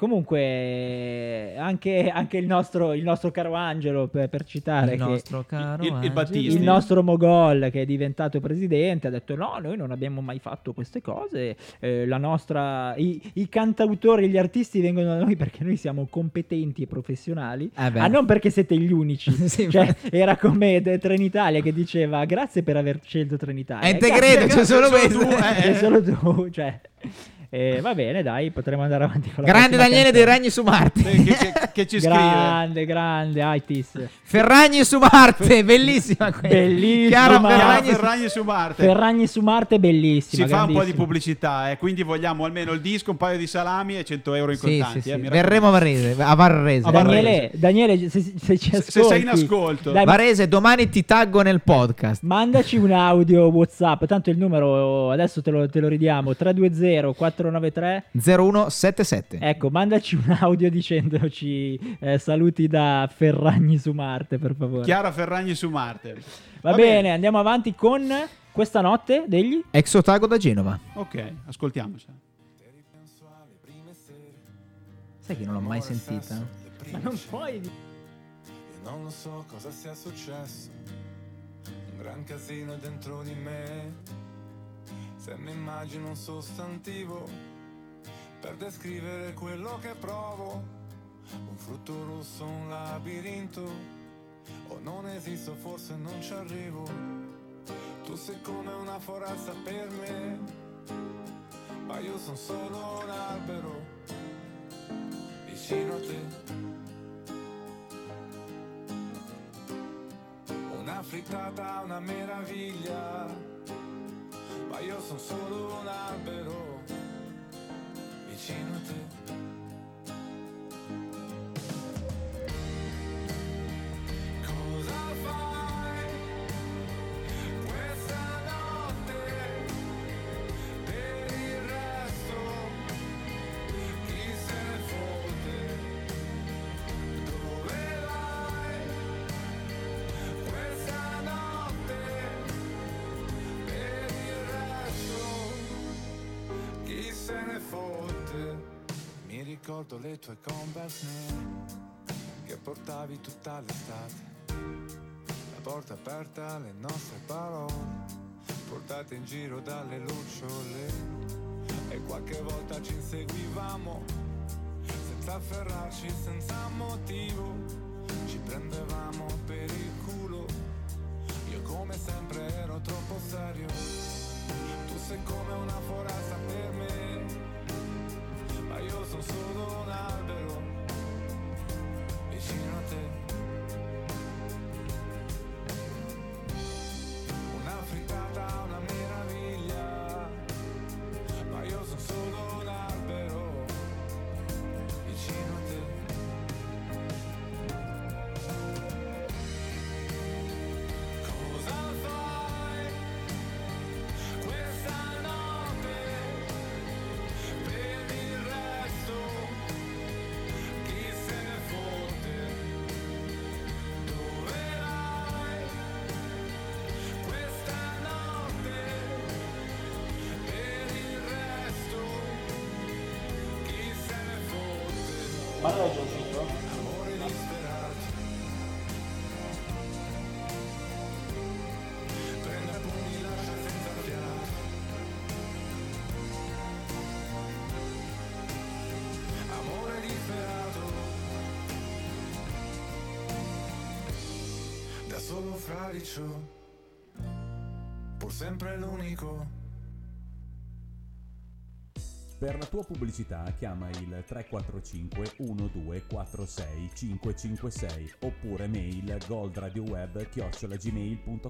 Speaker 11: comunque anche, anche il, nostro, il nostro caro Angelo, per, per citare,
Speaker 10: Il
Speaker 11: che-
Speaker 10: nostro caro
Speaker 12: il- il
Speaker 10: Angelo.
Speaker 12: Battisti.
Speaker 11: il nostro Mogol che è diventato presidente ha detto no, noi non abbiamo mai fatto queste cose, eh, la nostra, i, i cantautori e gli artisti vengono da noi perché noi siamo competenti e professionali,
Speaker 10: Eh beh.
Speaker 11: ah non perché siete gli unici.
Speaker 10: Sì,
Speaker 11: Cioè,
Speaker 10: ma-
Speaker 11: era come de- Trenitalia che diceva grazie per aver scelto Trenitalia.
Speaker 10: Eh, te credo,
Speaker 11: Grazie,
Speaker 10: c'è solo
Speaker 11: grazie,
Speaker 10: questo.
Speaker 11: tu, eh,
Speaker 10: Eh.
Speaker 11: C'è solo tu, cioè. Eh, va bene, dai, potremmo andare avanti con la
Speaker 10: Grande
Speaker 11: prossima
Speaker 10: Daniele dei
Speaker 11: canzone.
Speaker 10: Ragni su Marte.
Speaker 12: Che, che- che ci scrive?
Speaker 11: Grande, grande, Aitis.
Speaker 10: Ferragni su Marte, bellissima questa.
Speaker 11: Bellissima.
Speaker 10: Chiara
Speaker 12: Chiara
Speaker 10: Ferragni su-
Speaker 12: Ferragni su Marte.
Speaker 11: Ferragni su Marte, bellissima.
Speaker 12: si fa un po' di
Speaker 11: grandissima.
Speaker 12: pubblicità, eh, quindi vogliamo almeno il disco, un paio di salami e 100 euro in
Speaker 10: Sì, sì,
Speaker 12: contanti.
Speaker 10: sì.
Speaker 12: eh, mi
Speaker 10: Verremo a Varese, a Varese.
Speaker 12: A
Speaker 11: Daniele, Daniele, se, se ci ascolti,
Speaker 12: se sei in ascolto.
Speaker 11: dai,
Speaker 10: Varese, domani ti taggo nel podcast.
Speaker 11: mandaci un audio WhatsApp. Tanto il numero adesso te lo, te lo ridiamo: 320-493.
Speaker 10: 0177.
Speaker 11: Ecco, mandaci un audio dicendoci eh, saluti da Ferragni su Marte, per favore.
Speaker 12: Chiara Ferragni su Marte.
Speaker 11: Va, bene, andiamo avanti con questa notte degli.
Speaker 10: Ex Otago da Genova.
Speaker 12: Ok, ascoltiamoci.
Speaker 10: Sai che non l'ho mai sentita?
Speaker 11: Ma non puoi.
Speaker 16: Io non lo so cosa sia successo, un gran casino dentro di me. Se mi immagino un sostantivo per descrivere quello che provo, un frutto rosso, un labirinto, o non esisto, forse non ci arrivo. Tu sei come una foresta per me, ma io sono solo un albero vicino a te. Una frittata, una meraviglia, ma io sono solo un albero vicino a te. Cosa fai questa notte per il resto? Chi se ne fotte? Dove vai? Questa notte per il resto chi se ne fotte? Mi ricordo le tue converse nere che portavi tutta l'estate. La porta aperta alle nostre parole, portate in giro dalle lucciole. E qualche volta ci inseguivamo, senza afferrarci, senza motivo. Ci prendevamo per il culo Io come sempre ero troppo serio Tu sei come una foresta per me Ma io sono solo un albero Vicino a te Una frittata, una meraviglia Ma io sono solo un albero Vicino a te Cosa Amore disperato Da solo fradicio Pur sempre l'unico
Speaker 15: Per la tua pubblicità chiama il 345 1246 556 oppure mail goldradioweb@gmail.com.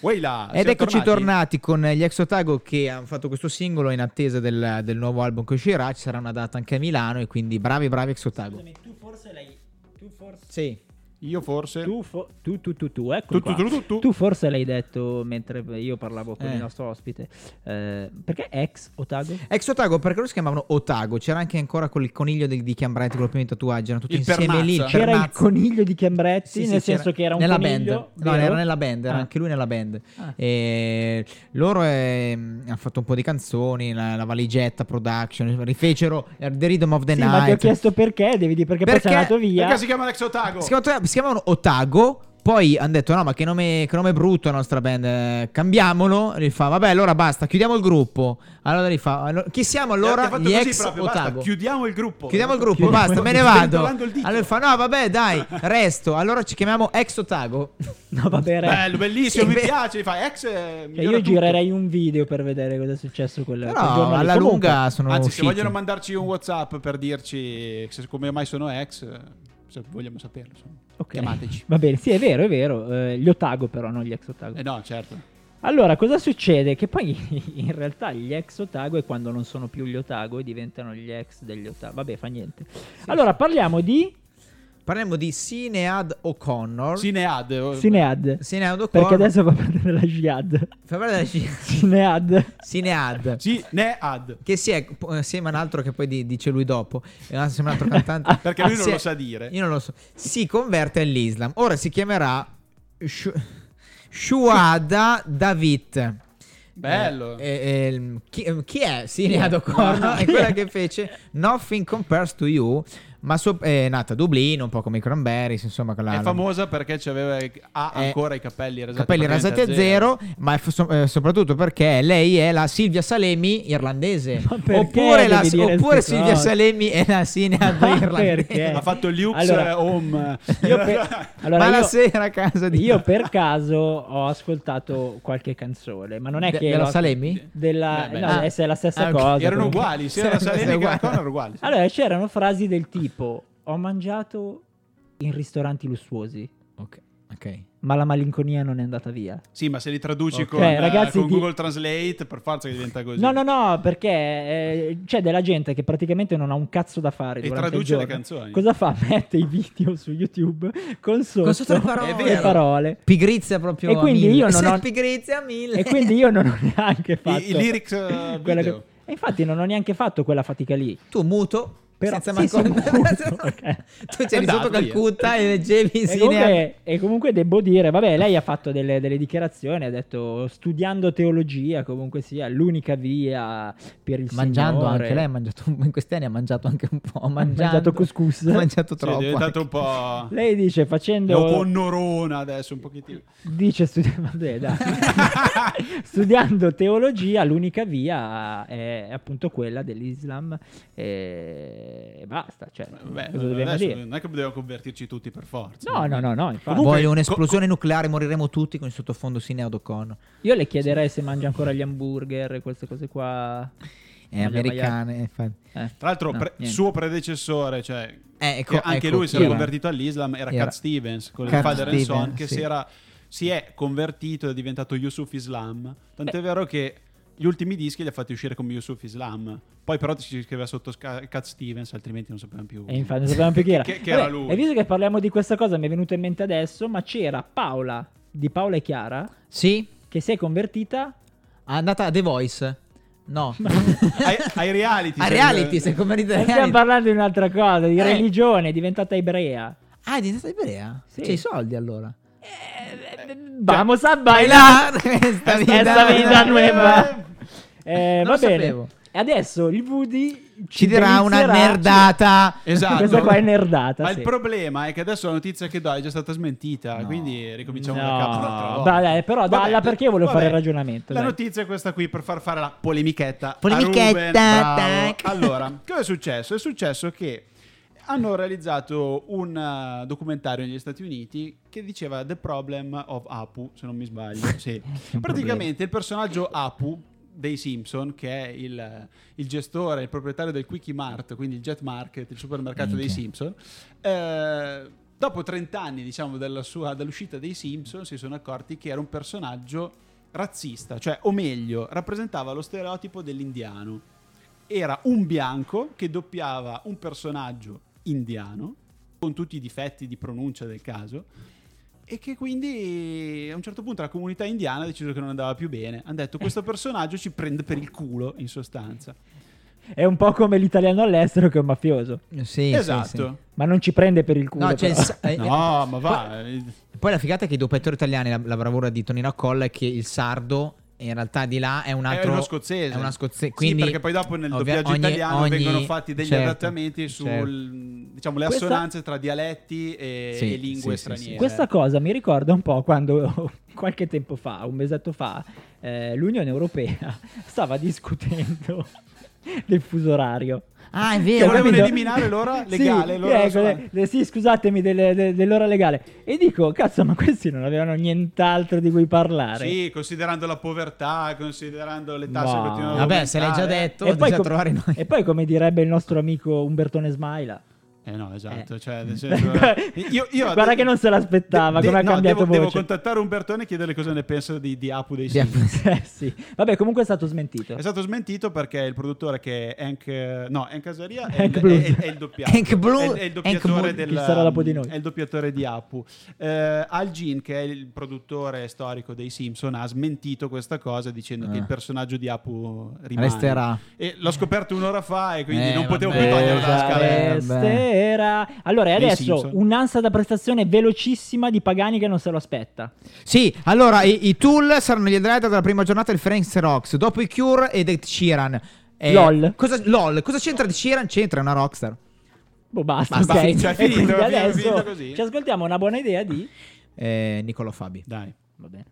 Speaker 12: Weila,
Speaker 10: Ed eccoci tornati con gli ex Otago che hanno fatto questo singolo in attesa del, del nuovo album che uscirà. Ci sarà una data anche a Milano e quindi bravi, bravi ex Otago.
Speaker 11: Tu forse l'hai. Tu forse.
Speaker 10: Sì.
Speaker 12: Io forse.
Speaker 11: Tu, fo- tu, tu, tu, tu, ecco.
Speaker 12: Tu, tu, tu, tu, tu.
Speaker 11: forse l'hai detto mentre io parlavo con
Speaker 10: Eh.
Speaker 11: il nostro ospite. Eh, perché ex Otago?
Speaker 10: Ex Otago, perché loro si chiamavano Otago? C'era anche ancora quel coniglio di, di Chiambretti col primo tatuaggio. Erano tutti
Speaker 11: Il
Speaker 10: insieme lì.
Speaker 11: Pernazza. C'era il coniglio di Chiambretti, nel senso che era un
Speaker 10: nella
Speaker 11: coniglio,
Speaker 10: band. No,
Speaker 11: vero?
Speaker 10: era nella band, era
Speaker 11: Ah.
Speaker 10: anche lui nella band.
Speaker 11: Ah.
Speaker 10: E loro ehm, hanno fatto un po' di canzoni. La, la valigetta production. Rifecero eh, The Rhythm of the
Speaker 11: Sì,
Speaker 10: Night.
Speaker 11: ma ti ho chiesto perché, devi dire perché, poi sei andato via.
Speaker 12: Perché si chiama Alex Otago?
Speaker 10: Si, chiamava- si chiamavano Otago. Poi hanno detto: No, ma che nome, che nome brutto la nostra band. eh, cambiamolo. E gli fa: Vabbè, allora basta, chiudiamo il gruppo. Allora gli fa: "Allora- Chi siamo
Speaker 12: Ti
Speaker 10: allora?
Speaker 12: ha fatto
Speaker 10: Gli
Speaker 12: così
Speaker 10: ex
Speaker 12: proprio, basta,
Speaker 10: Otago.
Speaker 12: Chiudiamo il gruppo.
Speaker 10: Chiudiamo il gruppo, basta, me ne vado. Allora fa: No, vabbè, dai, resto. Allora ci chiamiamo ex Otago.
Speaker 11: No, vabbè, re.
Speaker 12: Bello, bellissimo,
Speaker 10: Sì,
Speaker 12: mi
Speaker 10: beh-
Speaker 12: piace. Fa ex. eh,
Speaker 11: Cioè,
Speaker 12: migliora
Speaker 11: io
Speaker 12: tutto.
Speaker 11: girerei un video per vedere cosa è successo quel, quel
Speaker 10: Però,
Speaker 11: giorno lì.
Speaker 10: alla
Speaker 11: Comunque-
Speaker 10: lunga sono
Speaker 12: Anzi,
Speaker 10: usciti.
Speaker 12: se vogliono mandarci un WhatsApp per dirci se- come mai sono ex, eh, se vogliamo saperlo. insomma. Chiamateci.
Speaker 11: Va bene, sì, è vero, è vero. Eh, gli Otago, però, non gli ex Otago.
Speaker 12: Eh no, certo.
Speaker 11: Allora, cosa succede? Che poi in realtà gli ex Otago, e quando non sono più gli Otago, diventano gli ex degli Otago. Vabbè, fa niente. Allora, parliamo di
Speaker 10: Parliamo di Sinead O'Connor.
Speaker 12: Sinead. eh,
Speaker 11: Sinead.
Speaker 10: Sinead O'Connor.
Speaker 11: Perché adesso fa perdere la Jihad.
Speaker 10: Fa guardare Sinead.
Speaker 11: Sinead.
Speaker 10: Sinead.
Speaker 12: Sinead.
Speaker 10: Che si è insieme a un altro che poi di- dice lui dopo. È un altro- sembra un altro cantante.
Speaker 12: Perché lui
Speaker 10: Ah,
Speaker 12: non
Speaker 10: si è-
Speaker 12: lo sa dire.
Speaker 10: Io non lo so. Si converte all'Islam. Ora si chiamerà Shu- Shuada David.
Speaker 12: Bello.
Speaker 10: Eh, eh, ehm, chi, eh, chi è Sinead
Speaker 11: Ah.
Speaker 10: O'Connor? È quella che fece Nothing Compares to You. Ma so- è nata a Dublino, un po' come i Cranberries, insomma, con la,
Speaker 12: È
Speaker 10: la-
Speaker 12: famosa perché c'aveva, ha
Speaker 10: Eh,
Speaker 12: ancora i capelli rasati,
Speaker 10: capelli rasati
Speaker 12: praticamente
Speaker 10: a zero, ma è f- so- eh, soprattutto perché lei è la Silvia Salemi irlandese.
Speaker 11: perché
Speaker 10: Oppure, la-
Speaker 11: devi dire
Speaker 10: oppure
Speaker 11: ste
Speaker 10: Silvia
Speaker 11: cose?
Speaker 10: Salemi è la Sinead
Speaker 11: Ma
Speaker 10: irlandese.
Speaker 11: perché?
Speaker 12: Ha fatto gli Ups
Speaker 11: Allora-
Speaker 12: eh, Home.
Speaker 11: Io per- allora
Speaker 10: ma la
Speaker 11: io-
Speaker 10: sera a casa di
Speaker 11: Io per caso ho ascoltato qualche canzone, ma non è
Speaker 10: De-
Speaker 11: che...
Speaker 10: della
Speaker 11: l'ho-
Speaker 10: Salemi?
Speaker 11: Della,
Speaker 10: Eh, beh.
Speaker 11: no,
Speaker 10: Ah.
Speaker 11: adesso è la stessa
Speaker 10: Ah, ok.
Speaker 11: cosa.
Speaker 12: Erano
Speaker 11: comunque.
Speaker 12: uguali, sia la Salemi che la
Speaker 10: uguali.
Speaker 12: Connor erano uguali. sì.
Speaker 11: Allora c'erano frasi del tipo, ho mangiato in ristoranti lussuosi,
Speaker 10: Ok, ok.
Speaker 11: ma la malinconia non è andata via.
Speaker 12: Sì, ma se li traduci
Speaker 11: Ok, Cioè,
Speaker 12: con, eh,
Speaker 11: ragazzi,
Speaker 12: con
Speaker 11: di-
Speaker 12: Google Translate, per forza che diventa così.
Speaker 11: No, no, no, perché eh, c'è della gente che praticamente non ha un cazzo da fare.
Speaker 12: E
Speaker 11: durante il
Speaker 12: traduce le
Speaker 11: giorno.
Speaker 12: canzoni.
Speaker 11: Cosa fa? Mette i video su YouTube con sotto,
Speaker 10: Con sotto le parole. È
Speaker 11: le
Speaker 10: vero.
Speaker 11: parole.
Speaker 10: Pigrizia proprio
Speaker 11: E quindi
Speaker 10: a mille.
Speaker 11: io non
Speaker 10: Sì,
Speaker 11: ho-
Speaker 10: Pigrizia a mille.
Speaker 11: E quindi io non ho neanche fatto.
Speaker 12: I, i lyrics eh,
Speaker 11: quella che-
Speaker 12: video.
Speaker 11: E infatti non ho neanche fatto quella fatica lì.
Speaker 10: Tu muto.
Speaker 11: Però-
Speaker 10: senza
Speaker 11: sì, Eh.
Speaker 10: manco...
Speaker 11: sono muto, ok.
Speaker 10: tu c'eri
Speaker 12: Andato
Speaker 10: sotto
Speaker 12: via.
Speaker 10: Calcutta e leggevi
Speaker 11: Esatto, E
Speaker 10: Sinead.
Speaker 11: comunque, e comunque devo dire, vabbè, lei ha fatto delle, delle dichiarazioni, ha detto studiando teologia comunque sia l'unica via per il
Speaker 10: Mangiando
Speaker 11: Signore.
Speaker 10: anche lei ha mangiato in questi anni ha mangiato anche un po'. Ha mangiato,
Speaker 11: mangiato couscous.
Speaker 10: Ha mangiato
Speaker 12: Sì, è
Speaker 10: troppo.
Speaker 12: diventato un po'...
Speaker 11: Lei dice facendo...
Speaker 12: Lo connorona adesso un pochettino.
Speaker 11: Dice studi- vabbè, dai. studiando teologia l'unica via è appunto quella dell'Islam e, e basta, cioè,
Speaker 12: Beh,
Speaker 11: cosa dobbiamo
Speaker 12: adesso
Speaker 11: dire?
Speaker 12: non è che dobbiamo convertirci tutti per forza.
Speaker 11: No, no, no, no, infatti.
Speaker 12: Comunque-
Speaker 10: Voglio un'esplosione nucleare, moriremo tutti con il sottofondo Sinead O'Connor.
Speaker 11: Io le chiederei se mangia ancora gli hamburger e queste cose qua. Eh.
Speaker 10: È americana. Eh, infatti.
Speaker 12: Tra l'altro,
Speaker 11: No,
Speaker 12: pre-
Speaker 11: niente.
Speaker 12: suo predecessore, cioè,
Speaker 10: Eh, ecco-
Speaker 12: che anche
Speaker 10: ecco
Speaker 12: lui si
Speaker 10: chi
Speaker 12: era
Speaker 10: era.
Speaker 12: convertito all'Islam, era,
Speaker 10: Era.
Speaker 12: Cat Stevens, con il
Speaker 10: Cat
Speaker 12: Father and Son,
Speaker 10: Stevens,
Speaker 12: che
Speaker 10: sì.
Speaker 12: si, era- si è convertito ed è diventato Yusuf Islam. Tant'è vero che gli ultimi dischi li ha fatti uscire come Yusuf Islam. Poi però ci scriveva sotto Sca- Cat Stevens, altrimenti non sapevamo più.
Speaker 11: E Eh, infatti non sapevamo più chi era.
Speaker 12: Che- che era
Speaker 11: Vabbè,
Speaker 12: lui.
Speaker 11: E visto che parliamo di questa cosa, mi è venuto in mente adesso, ma c'era Paola, di Paola e Chiara,
Speaker 10: Sì? Ah,
Speaker 11: che si è convertita.
Speaker 10: È andata a The Voice? No.
Speaker 12: ai, ai reality.
Speaker 10: a
Speaker 12: cioè,
Speaker 10: reality,
Speaker 12: eh,
Speaker 10: se convertite a
Speaker 11: Eh, Stiamo
Speaker 10: reality.
Speaker 11: parlando di un'altra cosa, di
Speaker 10: Eh.
Speaker 11: religione, è diventata ebrea.
Speaker 10: Ah, è diventata ebrea?
Speaker 11: Sì.
Speaker 10: C'è i soldi allora.
Speaker 11: Vamos a
Speaker 10: Vai
Speaker 11: bailar!
Speaker 10: là! Questa
Speaker 11: Esta vida nueva! Eh,
Speaker 10: Non
Speaker 11: va
Speaker 10: lo
Speaker 11: bene.
Speaker 10: sapevo.
Speaker 11: E adesso il Woody
Speaker 10: ci dirà una
Speaker 11: delizierà, ci-
Speaker 10: nerdata.
Speaker 12: Esatto.
Speaker 11: Questa qua è nerdata,
Speaker 12: Ma
Speaker 11: sì.
Speaker 12: il problema è che adesso la notizia che do è già stata smentita, quindi ricominciamo
Speaker 11: No.
Speaker 12: da capo un'altra volta.
Speaker 11: Dai, dai, però
Speaker 12: Vabbè,
Speaker 11: dalla perché
Speaker 12: vabbè.
Speaker 11: volevo fare il ragionamento.
Speaker 12: La
Speaker 11: dai.
Speaker 12: notizia è questa qui per far fare la polemichetta.
Speaker 11: Polemichetta,
Speaker 12: a Ruben, bravo.
Speaker 11: tac.
Speaker 12: Allora, cosa è successo? È successo che hanno realizzato un eh, documentario negli Stati Uniti che diceva The Problem of Apu, se non mi sbaglio. Sì. Praticamente il personaggio Apu dei Simpson, che è il, il gestore, il proprietario del Quickie Mart, quindi il Jet Market, il supermercato dei
Speaker 17: Minchia.
Speaker 12: Simpson, eh, dopo 30 anni diciamo, della sua- dall'uscita dei Simpson si sono accorti che era un personaggio razzista, cioè, o meglio, rappresentava lo stereotipo dell'indiano. Era un bianco che doppiava un personaggio indiano, con tutti i difetti di pronuncia del caso, e che quindi a un certo punto la comunità indiana ha deciso che non andava più bene. Hanno
Speaker 10: Eh.
Speaker 12: detto questo personaggio ci prende per il culo, in sostanza.
Speaker 11: È un po' come l'italiano all'estero che è un mafioso.
Speaker 10: Sì,
Speaker 12: Esatto. sì, sì.
Speaker 11: Ma non ci prende per il culo.
Speaker 10: No, c'è il
Speaker 11: però.
Speaker 10: sa- eh,
Speaker 12: No, ma va. eh.
Speaker 10: Poi la figata è che i doppiatori italiani, la, la bravura di Tonino Accolla è che il sardo in realtà di là è un altro...
Speaker 12: è uno scozzese.
Speaker 10: È una scozzese.
Speaker 12: Sì,
Speaker 10: Quindi
Speaker 12: perché poi dopo nel
Speaker 10: ovvia-
Speaker 12: doppiaggio
Speaker 10: ogni-
Speaker 12: italiano
Speaker 10: ogni-
Speaker 12: vengono fatti degli
Speaker 10: certo,
Speaker 12: adattamenti sulle
Speaker 10: certo.
Speaker 12: diciamo, le
Speaker 11: Questa-
Speaker 12: assonanze tra dialetti e,
Speaker 10: Sì,
Speaker 12: e lingue
Speaker 10: sì, sì, sì.
Speaker 12: straniere.
Speaker 11: Questa cosa mi ricorda un po' quando qualche tempo fa, un mesetto fa, eh, l'Unione Europea stava discutendo del fuso orario. Cioè,
Speaker 10: Ah, è
Speaker 12: vero. Volevano eliminare l'ora legale,
Speaker 11: Sì,
Speaker 12: l'ora
Speaker 11: ecco,
Speaker 12: solare.
Speaker 11: le- le- sì, scusatemi delle- de- dell'ora legale. E dico, cazzo, ma questi non avevano nient'altro di cui parlare.
Speaker 12: Sì, considerando la povertà, considerando le tasse
Speaker 11: Ma-
Speaker 12: che continuano ad aumentare.
Speaker 11: E poi, com- e poi come direbbe il nostro amico Umbertone Smaila.
Speaker 12: Eh no, esatto. Cioè, nel senso, io, io
Speaker 11: Guarda che non se l'aspettava, come ha
Speaker 12: no,
Speaker 11: cambiato
Speaker 12: devo, devo
Speaker 11: voce.
Speaker 12: contattare Umbertone e chiedere cosa ne pensa di, di Apu dei Simpson.
Speaker 11: sì. Vabbè, comunque è stato smentito.
Speaker 12: È stato smentito perché il produttore che è Hank, no, Hank Azaria è,
Speaker 11: Hank
Speaker 12: il-
Speaker 11: Bloom.
Speaker 12: è il- è il doppiato.
Speaker 11: Hank Bloom,
Speaker 12: È, è il
Speaker 11: Hank
Speaker 12: doppiatore
Speaker 11: Bloom,
Speaker 12: del,
Speaker 11: chi sarà dopo di noi.
Speaker 12: È il doppiatore di Apu. Eh, Al Jean, che è il produttore storico dei Simpson, ha smentito questa cosa dicendo che
Speaker 11: Eh.
Speaker 10: Ah.
Speaker 12: il personaggio di Apu rimane.
Speaker 10: Resterà.
Speaker 12: E l'ho scoperto un'ora fa e quindi
Speaker 10: Eh,
Speaker 12: non potevo
Speaker 10: vabbè,
Speaker 12: più toglierlo dalla
Speaker 10: esatto,
Speaker 12: scaletta.
Speaker 11: Eh, Sera. Allora,
Speaker 12: Dei
Speaker 11: adesso
Speaker 12: Simpson.
Speaker 11: un'ansia da prestazione velocissima di Pagani che non se lo aspetta.
Speaker 10: Sì, allora i, i Tool saranno gli headliner della prima giornata del Frank's Rocks, dopo i Cure ed Ed Sheeran. Eh,
Speaker 11: LOL.
Speaker 10: Cosa, LOL. Cosa c'entra Ed Sheeran? C'entra, è una rockstar.
Speaker 11: Boh, basta,
Speaker 10: Basta,
Speaker 11: ok.
Speaker 10: fin- cioè,
Speaker 11: E
Speaker 10: finito,
Speaker 11: quindi
Speaker 10: finito,
Speaker 11: adesso
Speaker 10: finito così.
Speaker 11: Ci ascoltiamo una buona idea di...
Speaker 10: Eh, Niccolo Fabi.
Speaker 12: Dai.
Speaker 11: Va bene.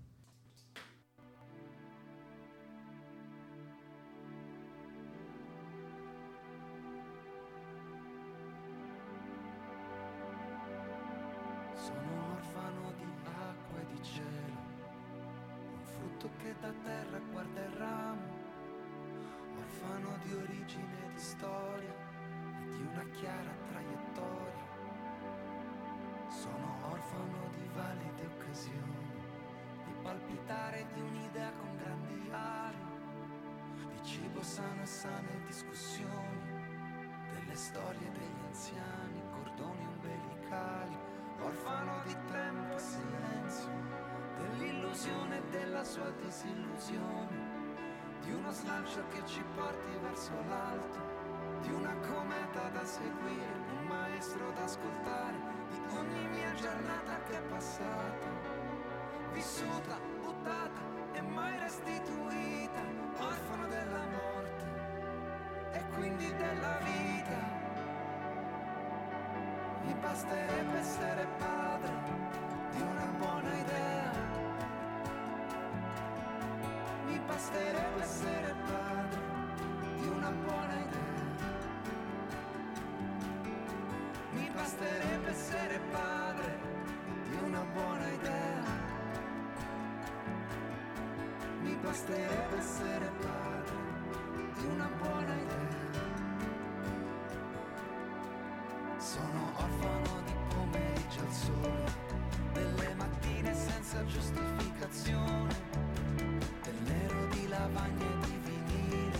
Speaker 6: Sono orfano di acqua e di cielo, un frutto che da terra guarda il ramo, orfano di origine e di storia e di una chiara traiettoria. Sono orfano di valide occasioni, di palpitare di un'idea con grandi ali, di cibo sano e sane discussioni, delle storie degli anziani, cordoni umbilicali orfano di tempo e silenzio, dell'illusione e della sua disillusione, di uno slancio che ci porti verso l'alto, di una cometa da seguire, un maestro da ascoltare, di ogni mia giornata che è passata, vissuta, buttata e mai restituita, orfano della morte e quindi della vita. Mi basterebbe essere padre di una buona idea. Mi basterebbe essere padre di una buona idea. Mi basterebbe essere padre di una buona idea. Mi basterebbe essere padre di una buona idea. Sono orfano di pomeriggio al sole, delle mattine senza giustificazione, del nero di lavagne e di vinile,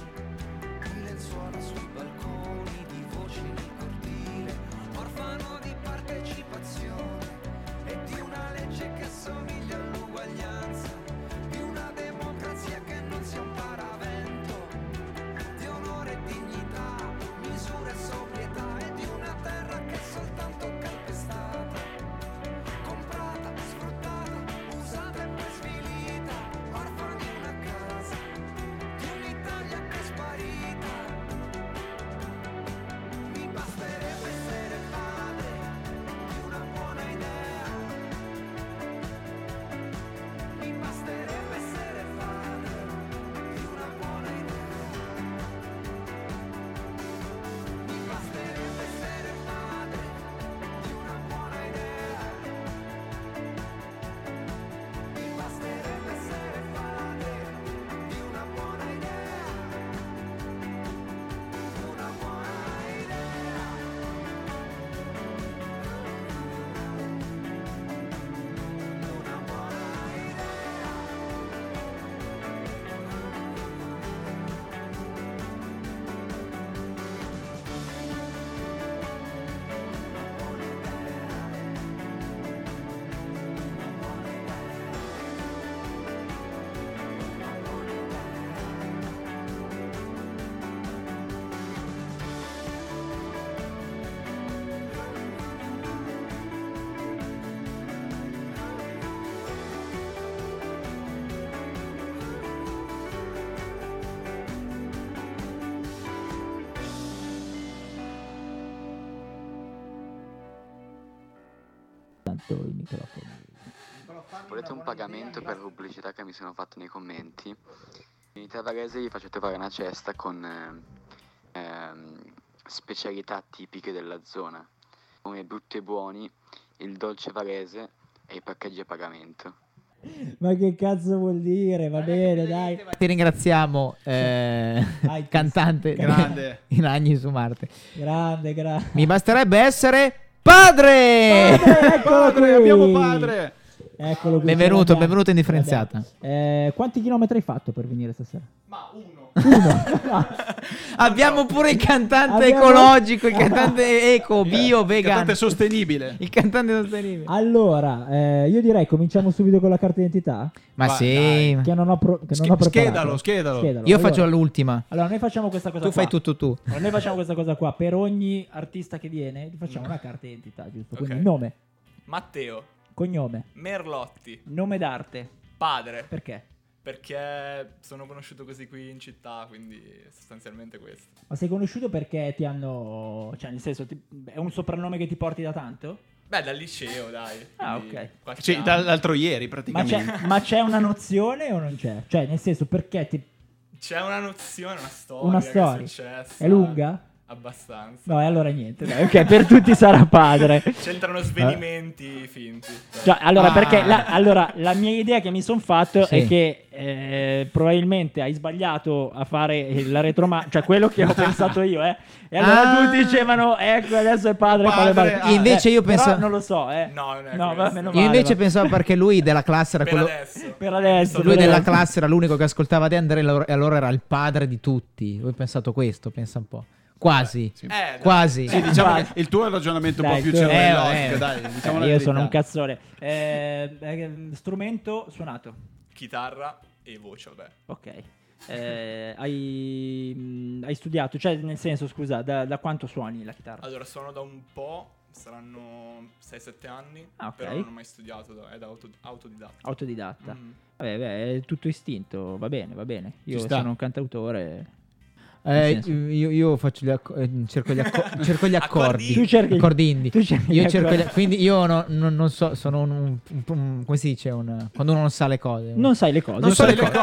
Speaker 6: di lenzuola sui balconi, di voci nel cortile, orfano di partecipazione e di una legge che somiglia all'uguaglianza, di una democrazia che non sia un paravento, di onore e dignità, misura e sobrietà e di una terra che è soltanto calpestata, comprata, sfruttata, usata e poi svilita, orfani una casa
Speaker 11: tanto il microfono.
Speaker 17: Volete un pagamento per pubblicità che mi sono fatto nei commenti? In Tavarese gli faccio trovare una cesta con ehm, ehm, specialità tipiche della zona, come brutti e buoni, il dolce varese e i paccheggi a pagamento.
Speaker 11: Ma che cazzo vuol dire? Va bene, dai.
Speaker 10: Ti ringraziamo, eh, cantante
Speaker 11: Grande.
Speaker 10: in Agni su Marte.
Speaker 11: Grande, grande.
Speaker 10: Mi basterebbe essere padre.
Speaker 11: Eccolo qui.
Speaker 10: abbiamo padre.
Speaker 11: Eccolo qui.
Speaker 10: Benvenuto,
Speaker 11: ce l'abbiamo.
Speaker 10: benvenuto in differenziata.
Speaker 11: Eh, quanti chilometri hai fatto per venire stasera?
Speaker 10: Abbiamo pure il cantante
Speaker 11: Abbiamo-
Speaker 10: ecologico, il cantante eco, bio, vegano.
Speaker 11: cantante
Speaker 10: sostenibile. Il cantante sostenibile.
Speaker 11: Allora, eh, io direi cominciamo subito con la carta d'identità.
Speaker 10: Ma
Speaker 11: Vai,
Speaker 10: sì.
Speaker 11: dai. Che non ho, pro- che non ho preparato.
Speaker 10: Io
Speaker 11: Allora-
Speaker 10: faccio l'ultima.
Speaker 11: Allora, noi facciamo questa cosa
Speaker 10: Tu
Speaker 11: qua.
Speaker 10: fai tutto tu.
Speaker 11: Allora, noi facciamo questa cosa qua. Per ogni artista che viene, gli facciamo una carta d'identità, giusto? Quindi
Speaker 18: Ok.
Speaker 11: nome,
Speaker 18: Matteo
Speaker 11: cognome,
Speaker 18: Merlotti,
Speaker 11: nome d'arte.
Speaker 18: padre.
Speaker 11: Perché?
Speaker 18: Perché sono conosciuto così qui in città, quindi sostanzialmente questo.
Speaker 11: Ma sei conosciuto perché ti hanno... Cioè, nel senso, ti- è un soprannome che ti porti da tanto?
Speaker 18: Beh, dal liceo, dai.
Speaker 11: Ah,
Speaker 18: quindi
Speaker 11: ok.
Speaker 18: qualche
Speaker 12: Sì,
Speaker 18: anno.
Speaker 12: dall'altro ieri
Speaker 11: Ma
Speaker 12: praticamente.
Speaker 11: c'è, ma c'è una nozione o non c'è? Cioè, nel senso, perché ti...
Speaker 18: C'è una nozione, una storia.
Speaker 11: Una
Speaker 18: che
Speaker 11: storia.
Speaker 18: È, successa.
Speaker 11: È lunga?
Speaker 18: Abbastanza.
Speaker 11: No, e allora niente, dai, ok, per tutti sarà padre. Eh.
Speaker 18: C'entrano svenimenti finti.
Speaker 11: Cioè, allora,
Speaker 18: Ah.
Speaker 11: perché la, allora, la mia idea che mi sono fatto
Speaker 18: Sì.
Speaker 11: è che eh, probabilmente hai sbagliato a fare la retromana, cioè quello che ho pensato io, eh. E allora
Speaker 10: Ah.
Speaker 11: tutti dicevano, ecco, adesso è padre, padre, padre.
Speaker 10: ah, Invece io
Speaker 11: però
Speaker 10: penso-
Speaker 11: non lo so, eh. No, va, meno
Speaker 10: Io
Speaker 11: male,
Speaker 10: invece
Speaker 11: va.
Speaker 10: pensavo perché lui della classe era quello.
Speaker 11: Per adesso.
Speaker 10: Lui
Speaker 11: per
Speaker 10: della
Speaker 11: adesso.
Speaker 10: classe era l'unico che ascoltava De André allora- e allora era il padre di tutti. Voi pensato questo, pensa un po'. Quasi.
Speaker 11: Eh, dai.
Speaker 10: Quasi.
Speaker 11: Sì, diciamo Quasi.
Speaker 12: Eh, Il tuo è il ragionamento un
Speaker 11: Dai,
Speaker 12: po' più
Speaker 11: tu-
Speaker 12: cervellotico,
Speaker 11: eh,
Speaker 12: dai.
Speaker 11: eh,
Speaker 12: Diciamo
Speaker 11: io
Speaker 12: la verità.
Speaker 11: sono un cazzone. Eh, eh, strumento suonato.
Speaker 18: Chitarra e voce, vabbè.
Speaker 11: Ok. Eh, hai, mh, hai studiato, cioè nel senso, scusa, da, da quanto suoni la chitarra?
Speaker 18: Allora, suono da un po', saranno 6-7 anni,
Speaker 11: Ah, ok.
Speaker 18: però non ho mai studiato, da- è da auto- autodidatta.
Speaker 11: Autodidatta.
Speaker 18: Mm.
Speaker 11: Vabbè, beh, è tutto istinto, va bene, va bene. Io
Speaker 10: sta.
Speaker 11: sono un cantautore. nel
Speaker 10: Eh,
Speaker 11: senso-
Speaker 10: io, io faccio gli acco- eh, cerco gli, acco- cerco gli accordi.
Speaker 11: Accordini. Tu cerchi-
Speaker 10: Accordi indie.
Speaker 11: tu cerchi
Speaker 10: Io
Speaker 11: gli
Speaker 10: cerco
Speaker 11: accordi.
Speaker 10: gli- quindi io no- non- non so, sono un, un- un- un- come si dice un- quando uno non sa le cose.
Speaker 11: Non sai le cose.
Speaker 10: Non so
Speaker 12: sai
Speaker 10: le co- Un non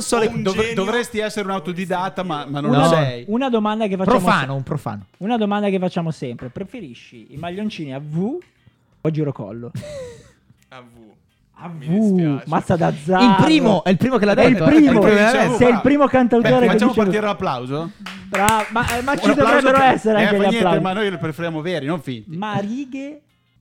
Speaker 10: so le-
Speaker 12: cioè, Dov- dovresti essere un autodidatta, ma, ma non
Speaker 11: una,
Speaker 12: lo sei.
Speaker 11: una domanda che facciamo
Speaker 10: Profano, un profano.
Speaker 11: Una domanda che facciamo sempre: preferisci i maglioncini a V o girocollo?
Speaker 18: A V.
Speaker 11: A V, mazza d'azzardo.
Speaker 10: Il primo, è il primo che l'ha
Speaker 11: È il
Speaker 10: detto, diciamo, è il
Speaker 11: primo,
Speaker 10: primo che l'ha
Speaker 11: sei
Speaker 10: detto.
Speaker 11: il primo cantautore
Speaker 12: Eh,
Speaker 11: che
Speaker 12: facciamo
Speaker 11: dice
Speaker 12: partire l'applauso?
Speaker 11: Bravo, ma, eh, ma ci
Speaker 12: Un applauso
Speaker 11: dovrebbero
Speaker 12: che-
Speaker 11: essere
Speaker 12: eh,
Speaker 11: anche
Speaker 12: fa
Speaker 11: gli
Speaker 12: niente,
Speaker 11: applausi.
Speaker 12: Ma noi li preferiamo veri, non finti.
Speaker 11: Ma a righe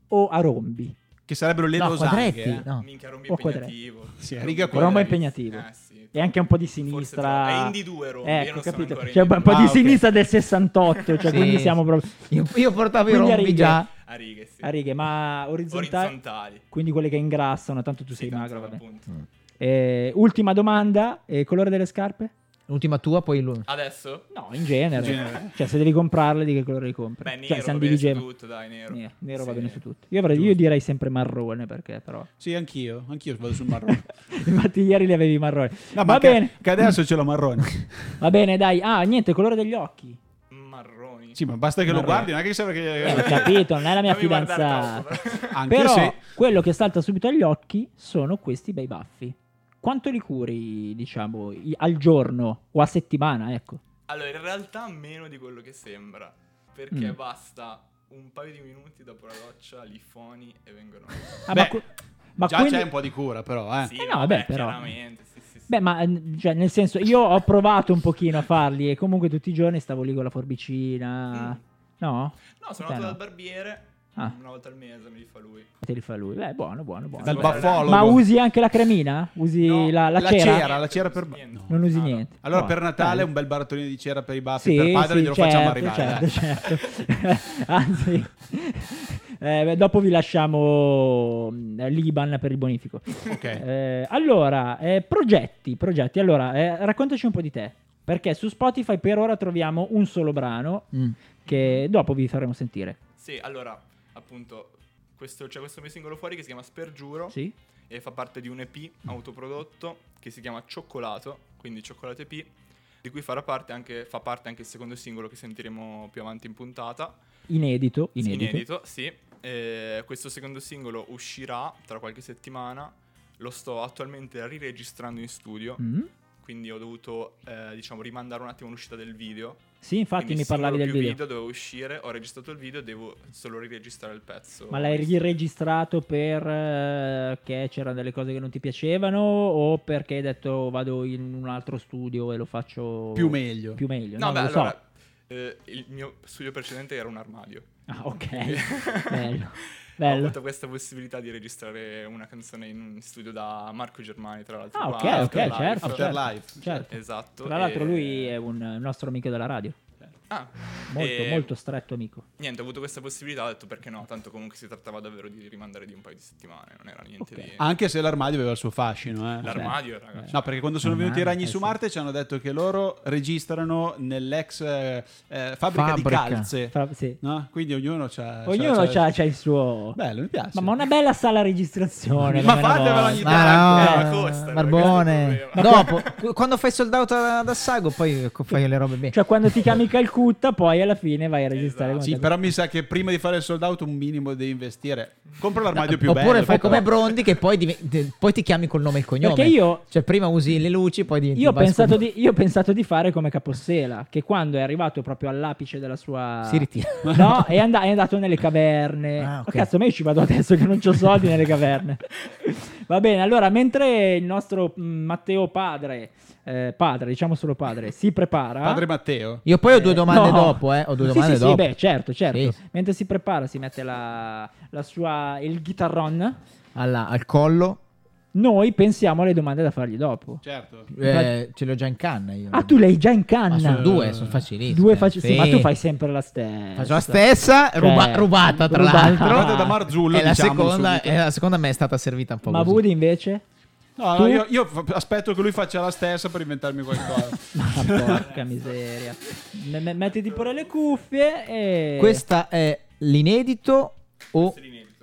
Speaker 11: o a rombi?
Speaker 12: Che sarebbero le
Speaker 11: No,
Speaker 12: losanghe.
Speaker 11: quadretti,
Speaker 12: eh.
Speaker 11: no. Minchia, rombi è O quadretti.
Speaker 12: Sì, a riga
Speaker 11: Roma è
Speaker 12: quadretti.
Speaker 11: impegnativo.
Speaker 18: Eh,
Speaker 11: E anche un po' di sinistra.
Speaker 18: troppo. È Indy 2 Roma, io
Speaker 11: Ecco,
Speaker 18: non sono
Speaker 11: capito.
Speaker 18: ancora
Speaker 11: Cioè,
Speaker 18: Indy
Speaker 11: un po'
Speaker 18: due.
Speaker 11: di
Speaker 18: Ah, ok.
Speaker 11: sinistra del 68. Cioè,
Speaker 10: Sì,
Speaker 11: quindi
Speaker 10: sì.
Speaker 11: siamo proprio.
Speaker 10: Io- io portavo i
Speaker 11: Quindi a
Speaker 10: rombi
Speaker 11: righe.
Speaker 10: già.
Speaker 18: A righe, sì.
Speaker 11: A righe, ma orizzontali.
Speaker 18: Orizzontali.
Speaker 11: Quindi quelle che ingrassano, tanto tu sei magro. vabbè.
Speaker 18: appunto.
Speaker 11: Mm. Eh, ultima domanda: eh, colore delle scarpe? Ah,
Speaker 10: L'ultima tua, poi lui.
Speaker 18: Adesso?
Speaker 11: No, in genere.
Speaker 18: In genere.
Speaker 11: Cioè, se devi comprarle, di che colore li compri?
Speaker 18: Beh,
Speaker 11: cioè,
Speaker 18: nero
Speaker 11: se
Speaker 18: va
Speaker 11: ne
Speaker 18: bene su
Speaker 11: diligeva-
Speaker 18: tutto, dai, nero.
Speaker 11: Nero, nero va
Speaker 18: Sì.
Speaker 11: bene su tutto. Io, avrei- io direi sempre marrone perché, però.
Speaker 12: Sì, anch'io, anch'io vado sul marrone.
Speaker 11: Infatti, ieri li avevi marrone.
Speaker 12: No, ma
Speaker 11: va
Speaker 12: che-
Speaker 11: bene.
Speaker 12: Che, adesso ce l'ho marrone.
Speaker 11: Va bene, dai. Ah, niente, colore degli occhi.
Speaker 12: Sì, ma basta che lo
Speaker 11: Marrone.
Speaker 12: guardi, non è che sembra che...
Speaker 11: Eh, ho capito, non è la mia
Speaker 12: Fammi guardare
Speaker 11: fidanzata.
Speaker 12: troppo, però. Anche
Speaker 11: Però
Speaker 12: se-
Speaker 11: quello che salta subito agli occhi sono questi bei baffi. Quanto li curi, diciamo, i- al giorno o a settimana, ecco?
Speaker 18: Allora, in realtà meno di quello che sembra, perché
Speaker 11: Mm.
Speaker 18: basta un paio di minuti dopo la doccia, li foni e vengono.
Speaker 11: Ah, ma Beh, que- ma
Speaker 12: già
Speaker 11: quindi-
Speaker 12: c'è un po' di cura, però, eh.
Speaker 18: Sì,
Speaker 11: Eh no, vabbè, però.
Speaker 18: chiaramente, sì, sì, sì.
Speaker 11: Beh, ma eh, cioè, nel senso, io ho provato un pochino a farli e comunque tutti i giorni stavo lì con la forbicina. No?
Speaker 18: Mm. No, sono
Speaker 11: Te
Speaker 18: andato
Speaker 11: no.
Speaker 18: dal barbiere
Speaker 11: Ah.
Speaker 18: una volta al mese, me li fa lui.
Speaker 11: Te li fa lui. Beh, Eh, buono, buono, buono.
Speaker 12: Dal
Speaker 11: Beh,
Speaker 12: baffologo.
Speaker 11: Ma usi anche la cremina? Usi la, la
Speaker 12: la
Speaker 11: cera?
Speaker 12: cera, la cera per... no.
Speaker 11: Non usi niente.
Speaker 12: Allora
Speaker 11: Buono,
Speaker 12: per Natale
Speaker 11: dai.
Speaker 12: un bel barattolino di cera per i baffi
Speaker 11: Sì,
Speaker 12: per padre
Speaker 11: sì,
Speaker 12: glielo
Speaker 11: certo,
Speaker 12: facciamo arrivare.
Speaker 11: certo,
Speaker 12: dai.
Speaker 11: certo. Anzi, eh, beh, dopo vi lasciamo mm, l'Iban per il bonifico. Eh, allora, eh, progetti, progetti. Allora, eh, raccontaci un po' di te. Perché su Spotify per ora troviamo un solo brano
Speaker 10: Mm.
Speaker 11: che dopo vi faremo sentire.
Speaker 18: Sì, allora, appunto, questo, c'è questo mio singolo fuori che si chiama Spergiuro.
Speaker 11: Sì.
Speaker 18: E fa parte di un EP autoprodotto che si chiama Cioccolato, quindi Cioccolato EP, di cui farà parte anche, fa parte anche il secondo singolo che sentiremo più avanti in puntata.
Speaker 11: Inedito, inedito.
Speaker 18: Inedito, sì. Eh, questo secondo singolo uscirà tra qualche settimana. Lo sto attualmente riregistrando in studio.
Speaker 11: Mm.
Speaker 18: Quindi ho dovuto, eh, diciamo, rimandare un attimo l'uscita del video.
Speaker 11: Sì, infatti
Speaker 18: Quindi
Speaker 11: mi
Speaker 18: il
Speaker 11: parlavi
Speaker 18: singolo
Speaker 11: del
Speaker 18: più
Speaker 11: video.
Speaker 18: video doveva uscire, ho registrato il video e devo solo riregistrare il pezzo.
Speaker 11: Ma l'hai riregistrato perché c'erano delle cose che non ti piacevano o perché hai detto vado in un altro studio e lo faccio
Speaker 12: Più meglio.
Speaker 11: Più meglio.
Speaker 18: No,
Speaker 11: No,
Speaker 18: beh,
Speaker 11: lo so.
Speaker 18: allora, eh, il mio studio precedente era un armadio.
Speaker 11: Ah, ok.
Speaker 18: Quindi-
Speaker 11: Bello. Bello.
Speaker 18: Ho avuto questa possibilità di registrare una canzone in un studio da Marco Germani, tra l'altro.
Speaker 11: Ah,
Speaker 18: qua,
Speaker 11: ok, ok,
Speaker 18: Afterlife.
Speaker 11: certo. certo, certo.
Speaker 18: Esatto.
Speaker 11: Tra l'altro
Speaker 18: e-
Speaker 11: lui è un eh, nostro amico della radio.
Speaker 18: Ah.
Speaker 11: Molto,
Speaker 18: E-
Speaker 11: molto stretto amico.
Speaker 18: Niente, ho avuto questa possibilità, ho detto perché no, tanto comunque si trattava davvero di rimandare di un paio di settimane, non era niente di...
Speaker 12: Anche se l'armadio aveva il suo fascino. eh.
Speaker 18: L'armadio, ragazzi.
Speaker 12: No, perché quando sono
Speaker 11: Ah,
Speaker 12: venuti i
Speaker 11: eh,
Speaker 18: L'armadio,
Speaker 12: ragni su Marte ci hanno detto che loro registrano nell'ex eh, eh, fabbrica, di
Speaker 11: Fabbrica.
Speaker 12: calze.
Speaker 11: Fra- sì.
Speaker 12: no? Quindi ognuno c'ha... c'ha-
Speaker 11: Ognuno
Speaker 12: c'ha-
Speaker 11: c'ha, c'ha il suo...
Speaker 12: Cioè, Bello, mi piace.
Speaker 11: Ma, ma una bella sala registrazione.
Speaker 12: Ma
Speaker 11: almeno
Speaker 12: fatevela
Speaker 11: voi.
Speaker 12: ogni
Speaker 10: Ma no,
Speaker 11: Eh,
Speaker 10: Barbone.
Speaker 11: Ma
Speaker 10: Dopo, qu- quando fai sold out ad Assago, poi co- fai le robe bene.
Speaker 11: Cioè, quando ti chiami Calcutta, poi alla fine vai a registrare. con
Speaker 12: Sì,
Speaker 11: Calcutta.
Speaker 12: però mi sa che prima di fare il sold out un minimo devi investire. Compro l'armadio più
Speaker 10: Oppure
Speaker 12: bello.
Speaker 10: fai
Speaker 12: però.
Speaker 10: come Brondi, che poi, div- te- poi ti chiami col nome e il cognome.
Speaker 11: Perché io-
Speaker 10: Cioè, prima usi le luci, poi diventi
Speaker 11: Io ho,
Speaker 10: Vasco
Speaker 11: pensato
Speaker 10: Brondi.
Speaker 11: di, io ho pensato di fare come Capossela, che quando è arrivato proprio all'apice della sua...
Speaker 10: Si ritira.
Speaker 11: No, è, and- è andato nelle caverne.
Speaker 10: Ah, ok.
Speaker 11: Ma cazzo, ma io ci vado adesso che non ho soldi nelle caverne. Va bene, allora, mentre il nostro mh, Matteo padre, eh, padre, diciamo solo padre, si prepara...
Speaker 12: Padre Matteo.
Speaker 10: Io poi ho due
Speaker 11: Eh,
Speaker 10: domande
Speaker 11: no.
Speaker 10: dopo, eh. Ho due
Speaker 11: Sì,
Speaker 10: domande
Speaker 11: sì, sì,
Speaker 10: dopo.
Speaker 11: beh, certo, certo.
Speaker 10: Sì.
Speaker 11: Mentre si prepara si mette la, la sua, il chitarron.
Speaker 10: Alla- al collo,
Speaker 11: Noi pensiamo alle domande da fargli dopo.
Speaker 12: Certo.
Speaker 10: eh, ce l'ho già in canna io.
Speaker 11: Ah, tu l'hai già in canna.
Speaker 10: Ma sono due, sono facilissime.
Speaker 11: Due faci- sì,
Speaker 10: Sì.
Speaker 11: ma tu fai sempre la cioè, Eh, stessa.
Speaker 10: Faccio la stessa, ruba- rubata tra l'altro.
Speaker 11: Eh,
Speaker 10: E la seconda,
Speaker 12: diciamo, subito.
Speaker 10: e la seconda me è stata servita un po'
Speaker 11: Ma
Speaker 10: così.
Speaker 11: Woody invece?
Speaker 12: No,
Speaker 11: Tu?
Speaker 12: no, io, io f- aspetto che lui faccia la stessa per inventarmi qualcosa.
Speaker 11: Porca miseria. Me- me- mettiti pure le cuffie e...
Speaker 10: Questa è l'inedito o...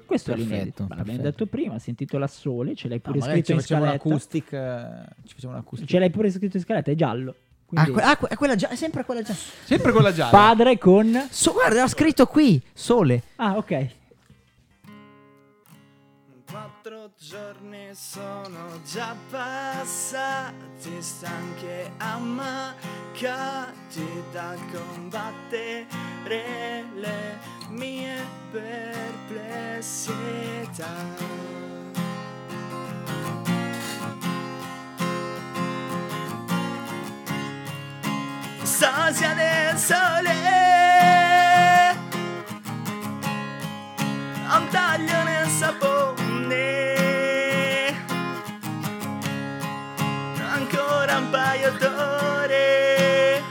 Speaker 11: Questo
Speaker 10: Perfetto,
Speaker 11: è l'inedito. Ma L'abbiamo
Speaker 10: perfetto.
Speaker 11: detto prima, si intitola Sole, ce l'hai
Speaker 10: No,
Speaker 11: pure
Speaker 10: magari
Speaker 11: scritto
Speaker 10: ci
Speaker 11: in
Speaker 10: facciamo
Speaker 11: scaletta.
Speaker 10: l'acoustic. eh, Ci facciamo l'acoustic.
Speaker 11: Ce l'hai pure scritto in scaletta, è giallo.
Speaker 10: Ah,
Speaker 11: Quindi-
Speaker 10: que- ah, que- è quella già, è sempre quella già.
Speaker 12: Sempre quella gialla.
Speaker 11: Padre con...
Speaker 10: So- guarda, ha scritto qui, sole.
Speaker 11: Ah, ok.
Speaker 19: Quattro giorni sono già passati, stanchi e ammaccati dal combattere le mie perplessità. Sosia del sole a un taglio nel sapone ancora un paio d'ore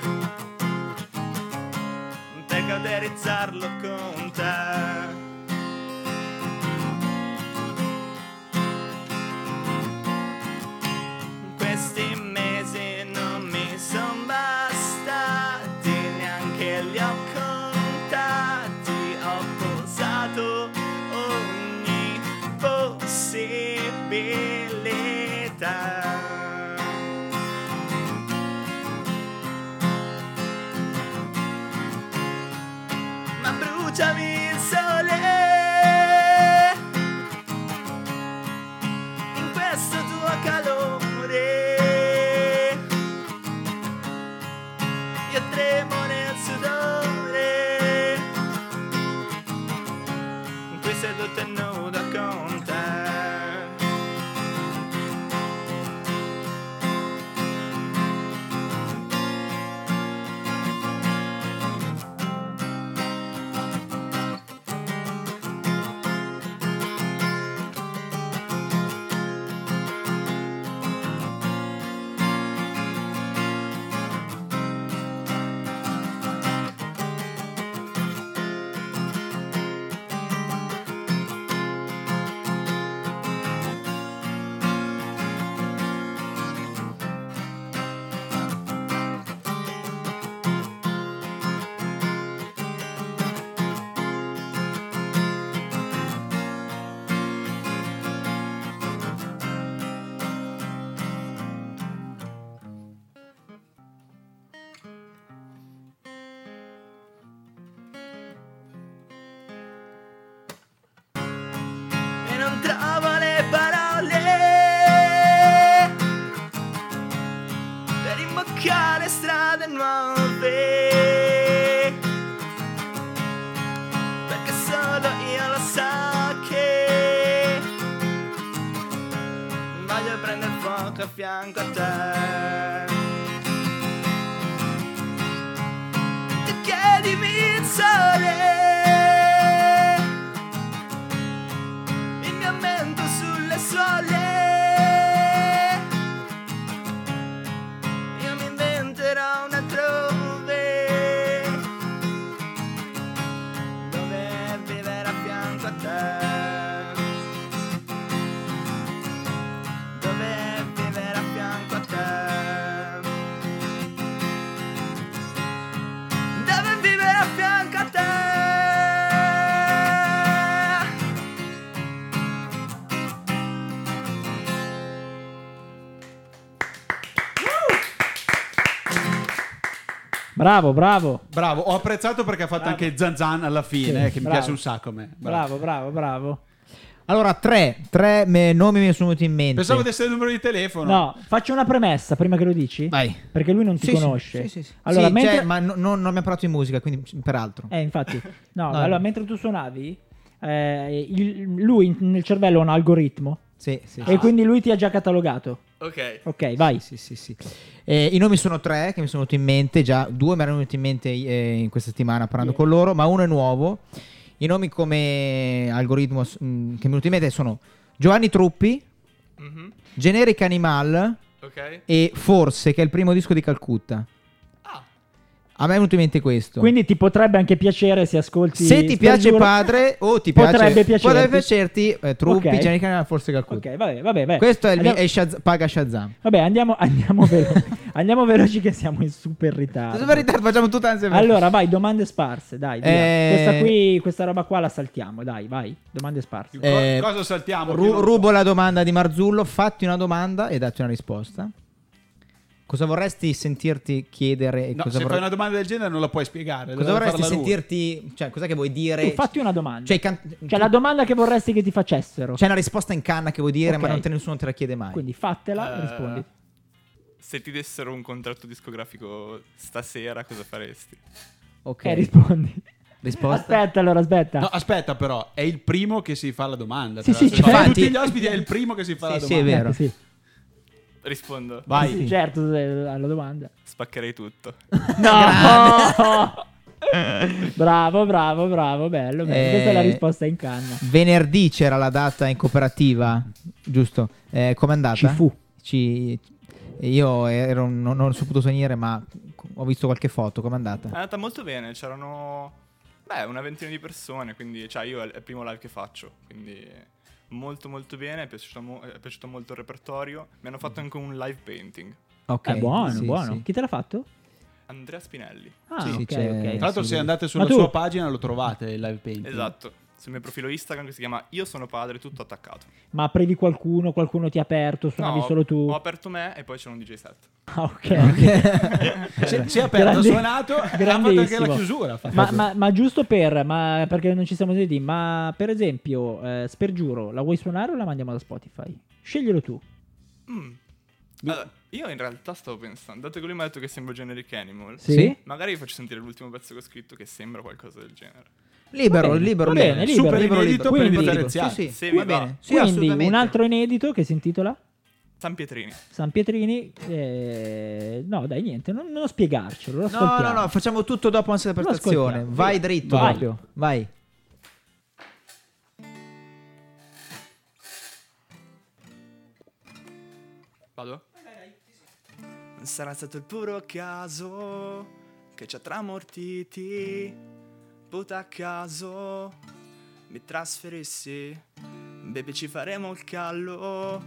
Speaker 19: per cauterizzarlo con te questi mesi non mi son bastati neanche li ho contati ho posato ogni possibilità ma bruciami il sole a fianco a te. Tu chiedimi il sole, il mio mento sulle sole. Io mi inventerò una altrove dove vivere a fianco a te. Dove vivere a fianco a te. Dove vivere a fianco a te.
Speaker 11: Bravo, bravo.
Speaker 12: Bravo, ho apprezzato perché ha fatto
Speaker 11: Bravo.
Speaker 12: anche Zanzan alla fine,
Speaker 11: Sì,
Speaker 12: eh, che mi
Speaker 11: bravo.
Speaker 12: piace un sacco a me. Bravo.
Speaker 11: Bravo, bravo, bravo.
Speaker 10: Allora, tre, tre me- nomi mi sono venuti in mente.
Speaker 12: Pensavo di essere il numero di telefono.
Speaker 11: No, faccio una premessa prima che lo dici.
Speaker 10: Vai.
Speaker 11: Perché lui non ti
Speaker 10: Sì, sì,
Speaker 11: conosce.
Speaker 10: sì, sì, sì.
Speaker 11: Allora,
Speaker 10: Sì,
Speaker 11: mentre...
Speaker 10: cioè, ma no- non, non abbiamo parlato di musica, quindi peraltro.
Speaker 11: Eh, infatti. No,
Speaker 10: No.
Speaker 11: allora, mentre tu suonavi, eh, il- lui in- nel cervello ha un algoritmo.
Speaker 10: Sì, sì,
Speaker 11: E
Speaker 10: sì.
Speaker 11: quindi lui ti ha già catalogato.
Speaker 10: Ok.
Speaker 11: Ok, vai.
Speaker 10: Sì, sì, sì. Eh, I nomi sono tre che mi sono venuti in mente, già due mi erano venuti in mente eh, in questa settimana parlando con loro, ma uno è nuovo. I nomi come algoritmo s- mh, che mi è venuto in mente sono Giovanni Truppi,
Speaker 18: Mhm.
Speaker 10: Generic Animal
Speaker 18: Ok.
Speaker 10: e Forse, che è il primo disco di Calcutta.
Speaker 18: Ah.
Speaker 10: A me è venuto in mente questo.
Speaker 11: Quindi ti potrebbe anche piacere se ascolti.
Speaker 10: Se ti piace
Speaker 11: Spergiuro-
Speaker 10: padre o ti piace
Speaker 11: potrebbe piacerti.
Speaker 10: potrebbe piacerti eh, Truppi,
Speaker 11: Ok.
Speaker 10: Generic Animal, Forse Calcutta.
Speaker 11: Ok, vabbè, vabbè, vabbè.
Speaker 10: Questo è il
Speaker 11: Andiamo-
Speaker 10: è Shaz- paga Shazam.
Speaker 11: Vabbè, andiamo, andiamo, velo- andiamo veloci che siamo in super ritardo.
Speaker 10: Super ritardo, facciamo tutto insieme.
Speaker 11: Allora, vai, domande sparse, dai. via.
Speaker 10: Eh.
Speaker 11: Questa qui, questa roba qua la saltiamo, dai, vai. Domande sparse.
Speaker 10: Eh,
Speaker 12: cosa saltiamo?
Speaker 10: ru-
Speaker 12: Io non so.
Speaker 10: rubo la domanda di Marzullo, fatti una domanda e datti una risposta. Cosa vorresti sentirti chiedere? e
Speaker 12: No,
Speaker 10: cosa
Speaker 12: se
Speaker 10: vorre-
Speaker 12: fai una domanda del genere non la puoi spiegare.
Speaker 10: cosa vorresti sentirti? Cioè, cos'è che vuoi dire?
Speaker 11: Tu fatti una domanda.
Speaker 10: Cioè, i can-
Speaker 11: Cioè, la domanda che vorresti che ti facessero.
Speaker 10: C'è una risposta in canna che vuoi dire,
Speaker 11: Ok.
Speaker 10: ma non te nessuno te la chiede mai.
Speaker 11: Quindi fattela e
Speaker 18: Eh,
Speaker 11: rispondi.
Speaker 18: Se ti dessero un contratto discografico stasera, cosa faresti?
Speaker 10: Ok,
Speaker 11: Eh, rispondi.
Speaker 10: Risposta?
Speaker 11: Aspetta, allora, aspetta.
Speaker 12: No, aspetta però, è il primo che si fa la domanda.
Speaker 11: Sì,
Speaker 12: tra
Speaker 11: sì,
Speaker 12: l'altro.
Speaker 11: certo.
Speaker 12: Fra tutti
Speaker 11: Infatti-
Speaker 12: gli ospiti è il primo che si fa la domanda.
Speaker 10: Sì, sì, è vero.
Speaker 11: Sì.
Speaker 18: Rispondo.
Speaker 11: Sì, sì, certo, eh, alla domanda.
Speaker 18: Spaccherei tutto.
Speaker 11: No! bravo, bravo, bravo, bello, bello. Questa è la
Speaker 10: Eh,
Speaker 11: risposta in canna.
Speaker 10: Venerdì c'era la data in cooperativa, giusto? Eh, Com'è andata?
Speaker 11: Ci fu.
Speaker 10: Ci- Io ero- non, non so potuto sognare, ma ho visto qualche foto. Com'è andata?
Speaker 11: Certo. Ah,
Speaker 18: È andata molto bene, c'erano beh, una ventina di persone, quindi cioè io è il primo live che faccio, quindi molto molto bene, è piaciuto, mo- è piaciuto molto il repertorio, mi hanno
Speaker 11: Mm.
Speaker 18: fatto anche un live painting.
Speaker 10: Ok,
Speaker 11: Eh, buono,
Speaker 10: sì,
Speaker 11: buono.
Speaker 10: sì.
Speaker 11: Chi te l'ha fatto?
Speaker 18: Andrea Spinelli.
Speaker 11: Ah,
Speaker 12: Sì,
Speaker 11: ok,
Speaker 12: c'è-
Speaker 11: ok.
Speaker 12: Tra l'altro
Speaker 11: Sì,
Speaker 12: se
Speaker 11: sì.
Speaker 12: andate
Speaker 11: Ma
Speaker 12: sulla
Speaker 11: tu-
Speaker 12: sua pagina lo trovate il live painting.
Speaker 18: Esatto, sul mio profilo Instagram che si chiama Io sono padre, tutto attaccato.
Speaker 11: Ma previ qualcuno, qualcuno ti ha aperto, suonavi
Speaker 18: No,
Speaker 11: solo tu.
Speaker 18: Ho aperto me e poi c'era un DJ set.
Speaker 11: Ah, ok.
Speaker 12: Si- si è aperto, ha suonato, ha fatto anche la
Speaker 11: grandissimo.
Speaker 12: chiusura, ha fatto.
Speaker 11: Ma, ma- ma giusto per, ma perché non ci siamo sentiti, ma per esempio, eh, Spergiuro, la vuoi suonare o la mandiamo da Spotify? Sceglielo tu.
Speaker 18: Mm. Allora, io in realtà stavo pensando, dato che lui mi ha detto che sembra Generic Animal,
Speaker 11: Sì. Sì.
Speaker 18: magari vi faccio sentire l'ultimo pezzo che ho scritto che sembra qualcosa del genere.
Speaker 10: Libero,
Speaker 11: Va bene,
Speaker 10: libero,
Speaker 11: va bene, libero.
Speaker 10: super libero,
Speaker 11: Inedito
Speaker 10: libero.
Speaker 11: per
Speaker 10: Quindi-
Speaker 11: differenziare.
Speaker 10: Sì, sì,
Speaker 18: Se
Speaker 10: va
Speaker 18: vi va.
Speaker 10: bene. Sì,
Speaker 11: Quindi
Speaker 10: assolutamente.
Speaker 11: un altro inedito che si intitola
Speaker 18: San Pietrini.
Speaker 11: San Pietrini. eh, no, dai, niente, non, non spiegarcelo. Lo
Speaker 10: No,
Speaker 11: ascoltiamo.
Speaker 10: no, no, facciamo tutto dopo anzi la
Speaker 11: Lo
Speaker 10: prestazione.
Speaker 11: ascoltiamo,
Speaker 10: Vai
Speaker 11: via.
Speaker 10: dritto
Speaker 11: Vai.
Speaker 10: proprio. Vai.
Speaker 18: Vado?
Speaker 19: Sarà stato il puro caso che ci ha tramortiti. Puta caso mi trasferissi. Baby, ci faremo il callo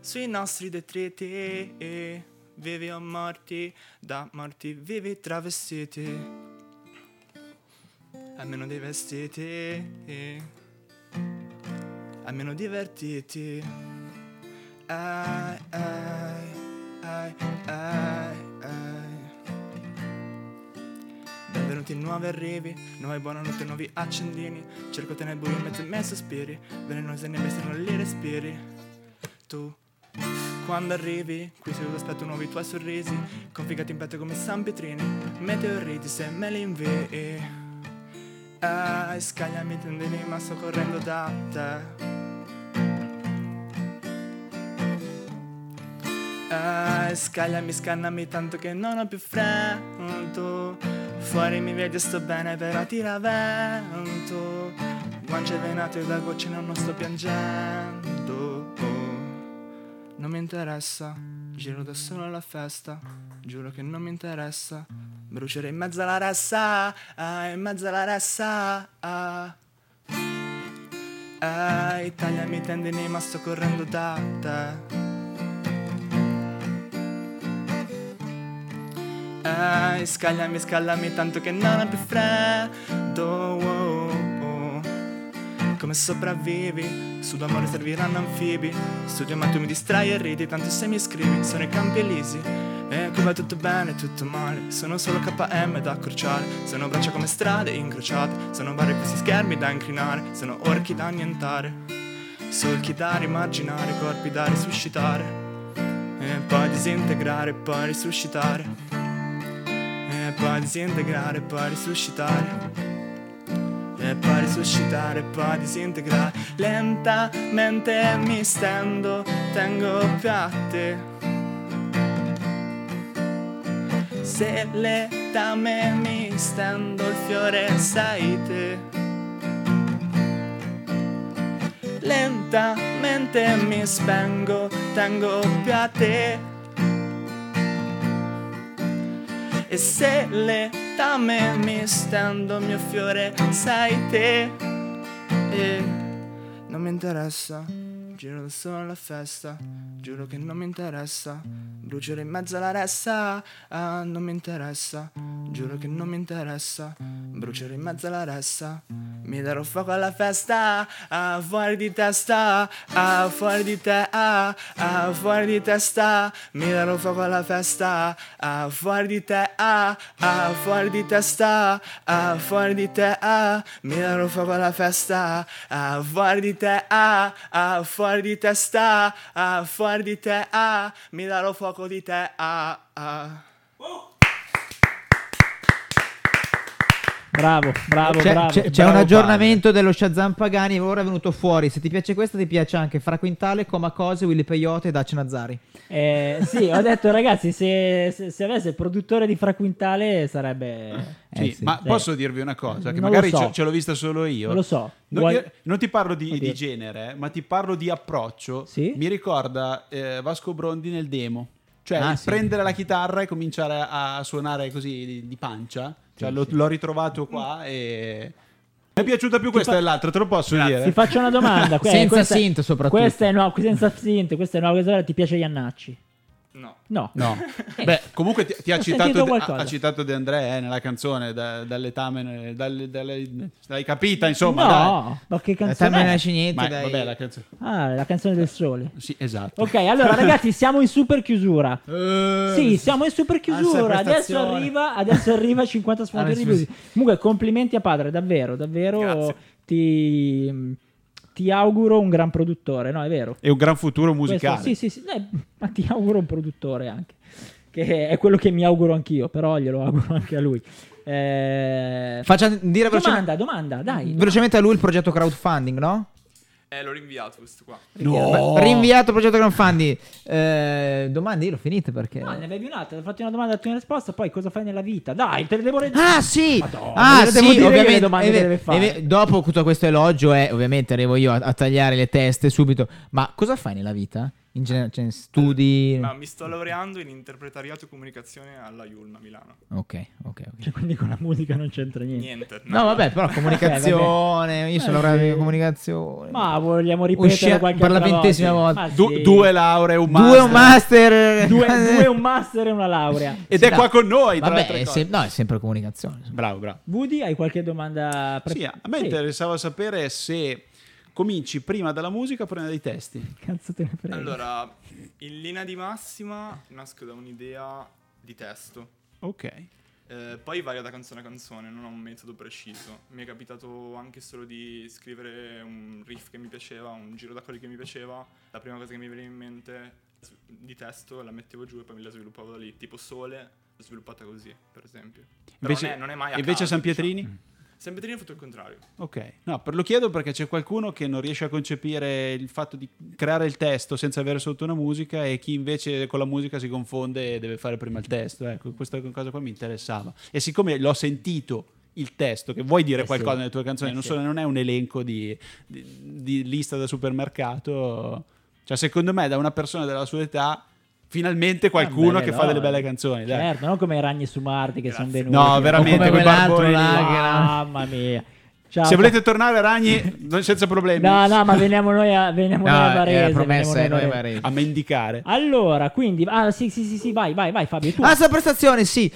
Speaker 19: sui nostri detriti. Vivi o morti, da morti vivi travestiti. Almeno dei vestiti. Almeno divertiti. Eh, Ai, ai, ai, ai, ai. Benvenuti nuovi arrivi, nuovi buonanotte, nuovi accendini. Cerco te nel buio in mezzo ai miei sospiri. Velenose nebbie se non li respiri. Tu, quando arrivi, qui seduto aspetto nuovi tuoi sorrisi. Configati in petto come San Pietrini. Meteoriti se me li invii. Ah, scagliami i tendini, ma sto correndo da te. Ah, scagliami, scannami tanto che non ho più freddo Fuori mi vedi e sto bene però tira vento Guance venate da gocce non non sto piangendo Oh, Non mi interessa, giro da solo alla festa Giuro che non mi interessa Bruciare in mezzo alla ressa, ah, in mezzo alla ressa ah. Ehi, tagliami i tendini ma sto correndo da te Ehi, scagliami, scallami tanto che non ho più freddo oh, oh. Come sopravvivi? Sudamore serviranno anfibi Studio ma tu mi distrai e ridi tanto se mi scrivi Sono i campi elisi e qui va tutto bene, tutto male Sono solo KM da accorciare Sono braccia come strade incrociate Sono barre questi schermi da incrinare Sono orchi da annientare Solchi da rimarginare Corpi da risuscitare E poi disintegrare, poi risuscitare E poi disintegrare, poi risuscitare e poi risuscitare, e poi disintegrare Lentamente mi stendo, tengo più a te Se le dame mi stendo, il fiore sei te Lentamente mi spengo, tengo più a te E se le dame mi stendo, il mio fiore sei te E non mi interessa, giro da solo alla festa Giuro che non mi interessa, bruciare in mezzo alla ressa Ah, non mi interessa, giuro che non mi interessa Bruciare in mezzo alla ressa Mi darò fuoco alla festa Ah, fuori di testa Ah, fuori di te Ah, ah, fuori di testa Mi darò fuoco alla festa Ah, fuori di te Ah, ah, fuori di testa Ah, fuori di te Ah, mi darò fuoco alla festa Ah, fuori di te Ah, ah, fuori di testa Ah, fuori di te Ah, mi darò fuoco di te Ah, ah
Speaker 11: Bravo, bravo,
Speaker 10: C'è,
Speaker 11: bravo.
Speaker 10: c'è- c'è un aggiornamento dello Shazam Pagani, ora è venuto fuori. Se ti piace questa, ti piace anche Fra Quintale, Coma Cose, Willy Peyote e Dacia Nazari.
Speaker 11: Eh, sì, ho detto ragazzi, se, se, se avesse il produttore di Fra Quintale sarebbe...
Speaker 12: Sì,
Speaker 11: Eh, sì.
Speaker 12: ma
Speaker 11: Sì.
Speaker 12: posso dirvi una cosa? Che
Speaker 11: Non lo
Speaker 12: magari
Speaker 11: so.
Speaker 12: ce- ce l'ho vista solo io.
Speaker 11: Non lo so.
Speaker 12: Non,
Speaker 11: Vuoi-
Speaker 12: ti- non ti parlo di,
Speaker 11: Oddio.
Speaker 12: di genere, eh, ma ti parlo di approccio. Mi ricorda eh, Vasco Brondi nel demo. Cioè,
Speaker 10: Ah,
Speaker 12: il
Speaker 10: sì.
Speaker 12: prendere la chitarra e cominciare a a suonare così di, di pancia. Cioè,
Speaker 10: Sì,
Speaker 12: lo-
Speaker 10: sì.
Speaker 12: l'ho ritrovato qua e... Mi è piaciuta più questa
Speaker 11: fa-
Speaker 12: dell'altra, te lo posso dire.
Speaker 11: Ti faccio una domanda. que-
Speaker 10: Senza
Speaker 11: questa-
Speaker 10: synth soprattutto.
Speaker 11: Questa è nuova, senza synth, questa è nuova, questa ti piace Iannacci?
Speaker 18: No.
Speaker 11: No.
Speaker 12: No. Beh, comunque ti, ti ha,
Speaker 11: Ho sentito
Speaker 12: citato, ha,
Speaker 11: qualcosa.
Speaker 12: ha citato De André eh, nella canzone, da, dall'etame, dalle- dalle- l'hai capita insomma.
Speaker 11: No,
Speaker 12: dai. Eh,
Speaker 11: ma che canzone L'etame è? nasce niente,
Speaker 12: Ma-
Speaker 11: dai.
Speaker 12: Vabbè, la canzone.
Speaker 11: Ah, la canzone del sole.
Speaker 12: Sì, esatto.
Speaker 11: Ok, allora ragazzi, siamo in super chiusura.
Speaker 12: Eh.
Speaker 11: sì, siamo in super chiusura.
Speaker 12: Ansia e
Speaker 11: Adesso
Speaker 12: prestazione.
Speaker 11: arriva, adesso arriva 50 spunti
Speaker 12: Ansia e
Speaker 11: rilusi. Comunque, complimenti a padre, davvero, davvero. Ti, ti auguro un gran produttore, no? È vero.
Speaker 12: E un gran futuro musicale.
Speaker 11: Questo- sì, sì, sì. Eh, ma ti auguro un produttore anche. Che è quello che mi auguro anch'io, però glielo auguro anche a lui. Eh,
Speaker 10: Faccia dire
Speaker 11: domanda,
Speaker 10: velocemente-
Speaker 11: domanda, dai.
Speaker 10: Velocemente a lui il progetto crowdfunding, no?
Speaker 18: Eh, l'ho rinviato questo qua.
Speaker 10: Beh, Rinviato il progetto crowdfunding. Eh, domande, io l'ho finita perché.
Speaker 11: No, ne avevi un'altra, fatti una domanda, tu una risposta, poi cosa fai nella vita? Dai, te le devo leggere.
Speaker 10: Ah, sì!
Speaker 11: Madonna,
Speaker 10: Ah,
Speaker 11: le
Speaker 10: sì,
Speaker 11: devo dire che
Speaker 10: ovviamente.
Speaker 11: le domande
Speaker 10: è
Speaker 11: che
Speaker 10: ver-
Speaker 11: deve fare.
Speaker 10: è ver- dopo tutto questo elogio, eh, ovviamente arrivo io a, a tagliare le teste subito. Ma cosa fai nella vita? In genere, cioè, studi.
Speaker 18: Ma mi sto laureando in interpretariato e comunicazione alla Iulma Milano.
Speaker 10: Ok, ok, ok.
Speaker 11: Cioè, quindi con la musica non c'entra niente.
Speaker 18: Niente.
Speaker 10: No, vabbè, però comunicazione. Io sono
Speaker 11: Eh,
Speaker 10: laureato in
Speaker 11: sì.
Speaker 10: comunicazione.
Speaker 11: Ma vogliamo ripetere
Speaker 10: Uscia-
Speaker 11: qualche
Speaker 10: per la
Speaker 11: altra
Speaker 10: ventesima
Speaker 11: Ma
Speaker 10: volta.
Speaker 11: sì.
Speaker 12: Due lauree, un
Speaker 10: Due un master.
Speaker 11: Due, due un master e una laurea.
Speaker 12: Ed
Speaker 10: Sì,
Speaker 12: è
Speaker 10: no.
Speaker 12: qua con noi, tra
Speaker 10: Vabbè,
Speaker 12: l'altro. ecco.
Speaker 10: è sem- no, è sempre comunicazione.
Speaker 12: Bravo, bravo.
Speaker 11: Woody, hai qualche domanda? pre-
Speaker 12: Sì, a me interessava sapere se cominci prima dalla musica o prima dai testi.
Speaker 11: Cazzo te ne frega.
Speaker 18: Allora, in linea di massima nasco da un'idea di testo.
Speaker 12: Ok.
Speaker 18: Eh, poi varia da canzone a canzone, non ho un metodo preciso. Mi è capitato anche solo di scrivere un riff che mi piaceva, un giro d'accordi che mi piaceva. La prima cosa che mi veniva in mente s- di testo la mettevo giù e poi me la sviluppavo da lì. Tipo Sole, l'ho sviluppata così, per esempio. Però
Speaker 12: Invece-
Speaker 18: non, è, non è mai a
Speaker 12: invece
Speaker 18: caso,
Speaker 12: San Pietrini?
Speaker 18: diciamo. San Petrini ha fatto il contrario.
Speaker 12: Ok, no, per- lo chiedo perché c'è qualcuno che non riesce a concepire il fatto di creare il testo senza avere sotto una musica e chi invece con la musica si confonde e deve fare prima il testo. Ecco, questa cosa qua mi interessava. E siccome l'ho sentito il testo, che vuoi dire
Speaker 5: Eh
Speaker 12: qualcosa
Speaker 5: sì.
Speaker 12: nelle tue canzoni,
Speaker 5: Eh
Speaker 12: non,
Speaker 5: sì.
Speaker 12: sono- non è un elenco di, di- di lista da supermercato, cioè secondo me da una persona della sua età finalmente qualcuno
Speaker 11: belle
Speaker 12: che fa delle
Speaker 11: lode.
Speaker 12: belle canzoni. Dai.
Speaker 11: Certo, non come i ragni su Marte che sono venuti.
Speaker 12: No, veramente,
Speaker 11: O come
Speaker 12: quei
Speaker 11: quell'altro
Speaker 12: barboni
Speaker 11: là
Speaker 12: lì.
Speaker 11: che era- Mamma mia. Ciao,
Speaker 12: Se
Speaker 11: ciao.
Speaker 12: volete tornare a Ragni, non- senza problemi. eh,
Speaker 11: No, no, ma veniamo noi a, veniamo noi a Varese. veniamo noi a Varese.
Speaker 12: a mendicare.
Speaker 11: Allora, quindi... Ah, sì, sì, sì, sì, vai, vai, vai Fabio, tu.
Speaker 10: Ah, sta prestazione, sì.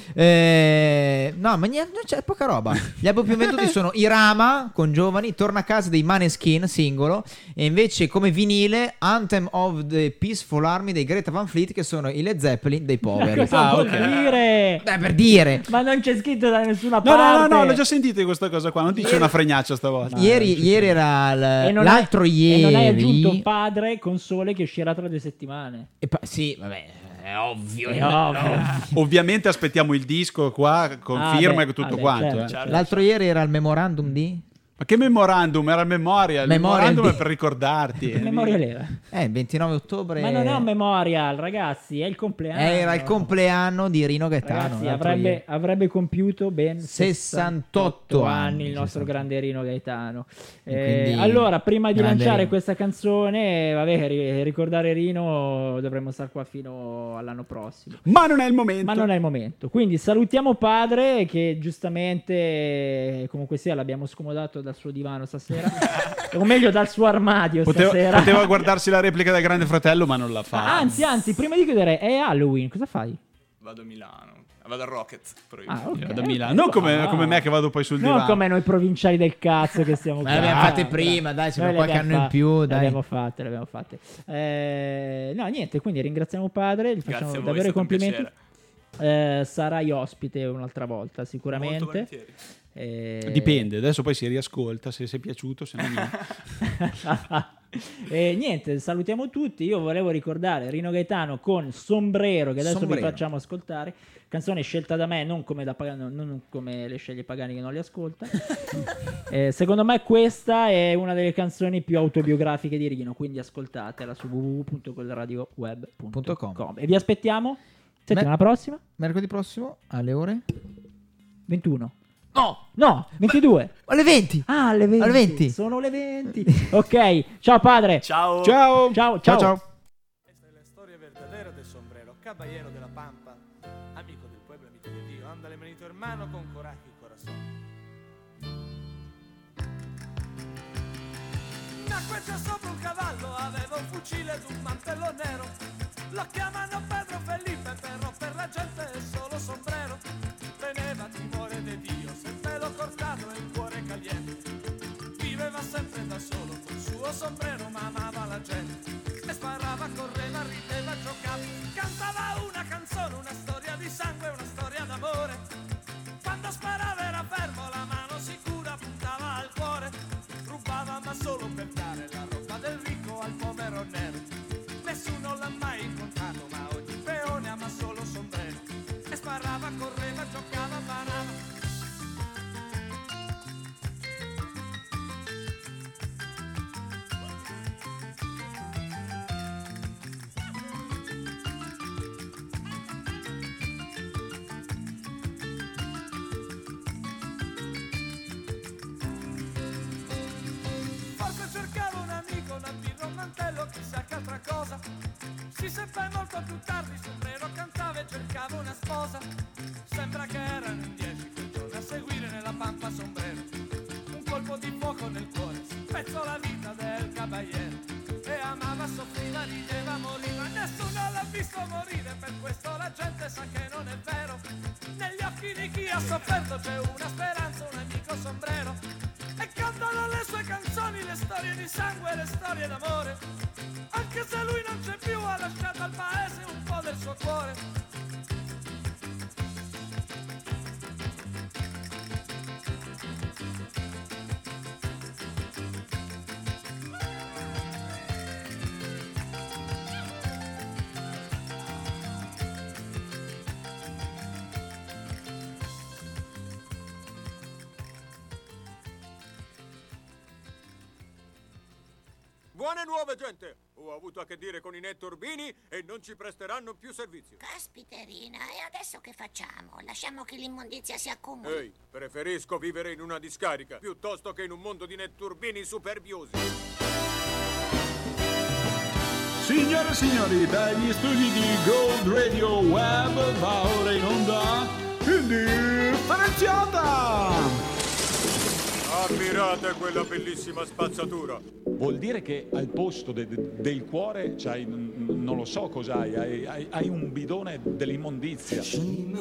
Speaker 10: Eh, no, ma niente, c'è poca roba. Gli album più venduti sono Irama con Giovani, Torna a casa dei Maneskin singolo e invece come vinile Anthem of the Peaceful Army dei Greta Van Fleet che sono i Led Zeppelin dei poveri.
Speaker 11: Cosa vuol
Speaker 12: Ah,
Speaker 11: dire?
Speaker 10: Beh, per dire.
Speaker 11: Ma non c'è scritto da nessuna
Speaker 12: No, no, no,
Speaker 11: parte.
Speaker 12: no, l'ho già sentito questa cosa qua. Non dice una fregnaccia stavolta. Eh.
Speaker 10: Ieri, ieri era
Speaker 11: E
Speaker 10: l-
Speaker 11: non
Speaker 10: l'altro
Speaker 11: hai,
Speaker 10: ieri.
Speaker 11: E non hai aggiunto padre con sole che uscirà tra due settimane.
Speaker 10: E pa- sì, vabbè, è ovvio.
Speaker 11: È Eh, ovvio.
Speaker 12: Ovviamente aspettiamo il disco qua con
Speaker 10: Ah,
Speaker 12: firma
Speaker 10: beh,
Speaker 12: e tutto
Speaker 10: ah, beh,
Speaker 12: quanto.
Speaker 10: certo,
Speaker 12: eh.
Speaker 10: certo. L'altro ieri era il memorandum di?
Speaker 12: Ma che memorandum? Era memoria. Il
Speaker 10: Memorial
Speaker 12: memorandum
Speaker 10: di-
Speaker 12: è per ricordarti.
Speaker 11: Memorial era.
Speaker 10: Eh, il 29 ottobre.
Speaker 11: Ma non è un memorial, ragazzi, è il compleanno.
Speaker 10: Era il compleanno di Rino Gaetano.
Speaker 11: Ragazzi,
Speaker 10: l'altro
Speaker 11: avrebbe,
Speaker 10: ieri.
Speaker 11: avrebbe compiuto ben
Speaker 10: 68
Speaker 11: 68 anni
Speaker 10: anni,
Speaker 11: il nostro grande Rino Gaetano.
Speaker 10: E
Speaker 11: Eh,
Speaker 10: quindi-
Speaker 11: allora, prima di
Speaker 10: grande
Speaker 11: lanciare
Speaker 10: Rino.
Speaker 11: questa canzone, eh, vabbè, ri- ricordare Rino dovremmo stare qua fino all'anno prossimo.
Speaker 12: Ma non è il momento.
Speaker 11: Ma non è il momento. Quindi salutiamo padre che giustamente eh, comunque sia l'abbiamo scomodato dal suo divano stasera. o meglio dal suo armadio
Speaker 12: Poteva,
Speaker 11: stasera.
Speaker 12: poteva guardarsi la replica del Grande Fratello, ma non l'ha
Speaker 11: Ah,
Speaker 12: fatta.
Speaker 11: Anzi, anzi, prima di chiudere, è Halloween, cosa fai?
Speaker 18: Vado a Milano. Vado al Rocket. però io.
Speaker 11: Ah, ok.
Speaker 12: Vado a Milano. Non come,
Speaker 11: Ah.
Speaker 12: come me che vado poi sul
Speaker 11: Non
Speaker 12: divano.
Speaker 11: come noi provinciali del cazzo che stiamo
Speaker 10: Ma le abbiamo fatte prima, dai, sembra
Speaker 11: Noi le
Speaker 10: qualche
Speaker 11: abbiamo
Speaker 10: anno in
Speaker 11: fatte,
Speaker 10: più,
Speaker 11: le
Speaker 10: dai.
Speaker 11: abbiamo fatte, le abbiamo fatte. Eh, no, niente, quindi ringraziamo padre, gli
Speaker 18: Grazie
Speaker 11: facciamo
Speaker 18: a voi,
Speaker 11: davvero
Speaker 18: è
Speaker 11: i
Speaker 18: stato un
Speaker 11: complimenti. Eh, sarai ospite un'altra volta, sicuramente. Eh,
Speaker 12: Dipende, adesso poi si riascolta se si è piaciuto, se no niente.
Speaker 11: E eh, niente, salutiamo tutti. Io volevo ricordare Rino Gaetano con Sombrero, che adesso
Speaker 10: Sombrero.
Speaker 11: vi facciamo ascoltare. Canzone scelta da me, non come, da Pagano- non come le sceglie Pagani che non le ascolta. Eh, secondo me questa è una delle canzoni più autobiografiche di Rino, quindi ascoltatela su www.colradioweb.com. E vi aspettiamo settimana prossima,
Speaker 10: mercoledì prossimo alle ore
Speaker 11: 21. No, no, 22.
Speaker 10: Alle 20.
Speaker 11: Ah, alle 20.
Speaker 10: Alle 20.
Speaker 11: Sono le 20. ok, ciao padre.
Speaker 18: Ciao.
Speaker 11: Ciao. Ciao, ciao.
Speaker 20: Storia verdadera del sombrero, caballero de la pampa, amico del pueblo, amico de Dios, ándale, manito hermano, con coraje y corazón. Nacque già sopra un cavallo, aveva un fucile ed un mantello nero. Lo chiamano Pedro Felipe, però per la gente è solo sombrero. Teneva timore di Dio, se il pelo cortato e il cuore caliente. Viveva sempre da solo col suo sombrero, ma amava la gente. E sparava, correva, rideva, giocava. Cantava una canzone, una storia di sangue, una storia d'amore. Quando sparava era fermo, la mano sicura puntava al cuore. Rubava ma solo per dare la roba del ricco al povero nero. Nessuno l'ha mai incontrato, ma oggi peone ama solo sombrero. E sparava, correva, giocava, parava. Forse cercava un amico, un birra, un mantello, chissà che altra cosa. Si seppe molto più tardi, sombrero cantava e cercava una sposa. Sembra che erano in dieci quel giorno a seguire nella pampa sombrero. Un colpo di fuoco nel cuore, spezzò la vita del cavaliere. E amava, soffriva, rideva, moriva. Nessuno l'ha visto morire, per questo la gente sa che non è vero. Negli occhi di chi ha sofferto c'è una speranza, un amico sombrero e cantano le sue canzoni, le storie di sangue, le storie d'amore. Anche se lui non c'è più, ha lasciato al paese un po' del suo cuore.
Speaker 2: Buone nuove, gente! Ho avuto a che dire con i netturbini e non ci presteranno più servizio.
Speaker 3: Caspiterina, e adesso che facciamo? Lasciamo che l'immondizia si accumuli?
Speaker 2: Ehi, preferisco vivere in una discarica piuttosto che in un mondo di netturbini superbiosi.
Speaker 4: Signore e signori, dagli studi di Gold Radio Web va ora in onda Indifferenziata!
Speaker 2: Ammirate quella bellissima spazzatura!
Speaker 5: Vuol dire che al posto de- de- del cuore c'hai, n- n- non lo so cos'hai, hai, hai- hai un bidone dell'immondizia.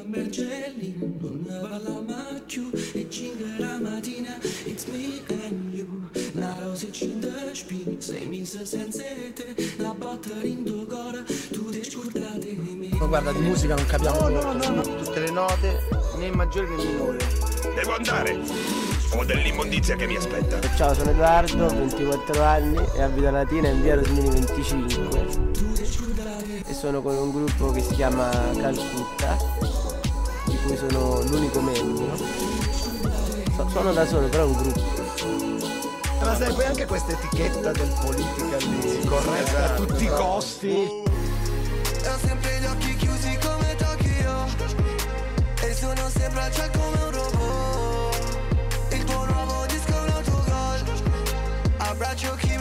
Speaker 21: Margelli, una balla macchio e cinque la mattina, it's me and you. La rosa ci indespi, sei messa senza te, la botta rindo cora, tu te scordate me.
Speaker 9: Ma guarda, di musica non capiamo no, no, no, tutte le note, né maggiore né minore.
Speaker 8: Devo andare! Ho dell'immondizia che mi aspetta.
Speaker 7: Ciao, sono Edoardo, 24 anni e abito a Latina in via Rosmini 25 e sono con un gruppo che si chiama Calcutta di cui sono l'unico membro. So- sono da solo, però è un gruppo.
Speaker 9: Ma sai, poi anche questa etichetta del politica lì, corretta a tutti i costi.
Speaker 6: E ho sempre gli occhi chiusi come Tokyo E sono sempre al cielo come un robot Il tuo nuovo disco è un autogol Abbraccio chi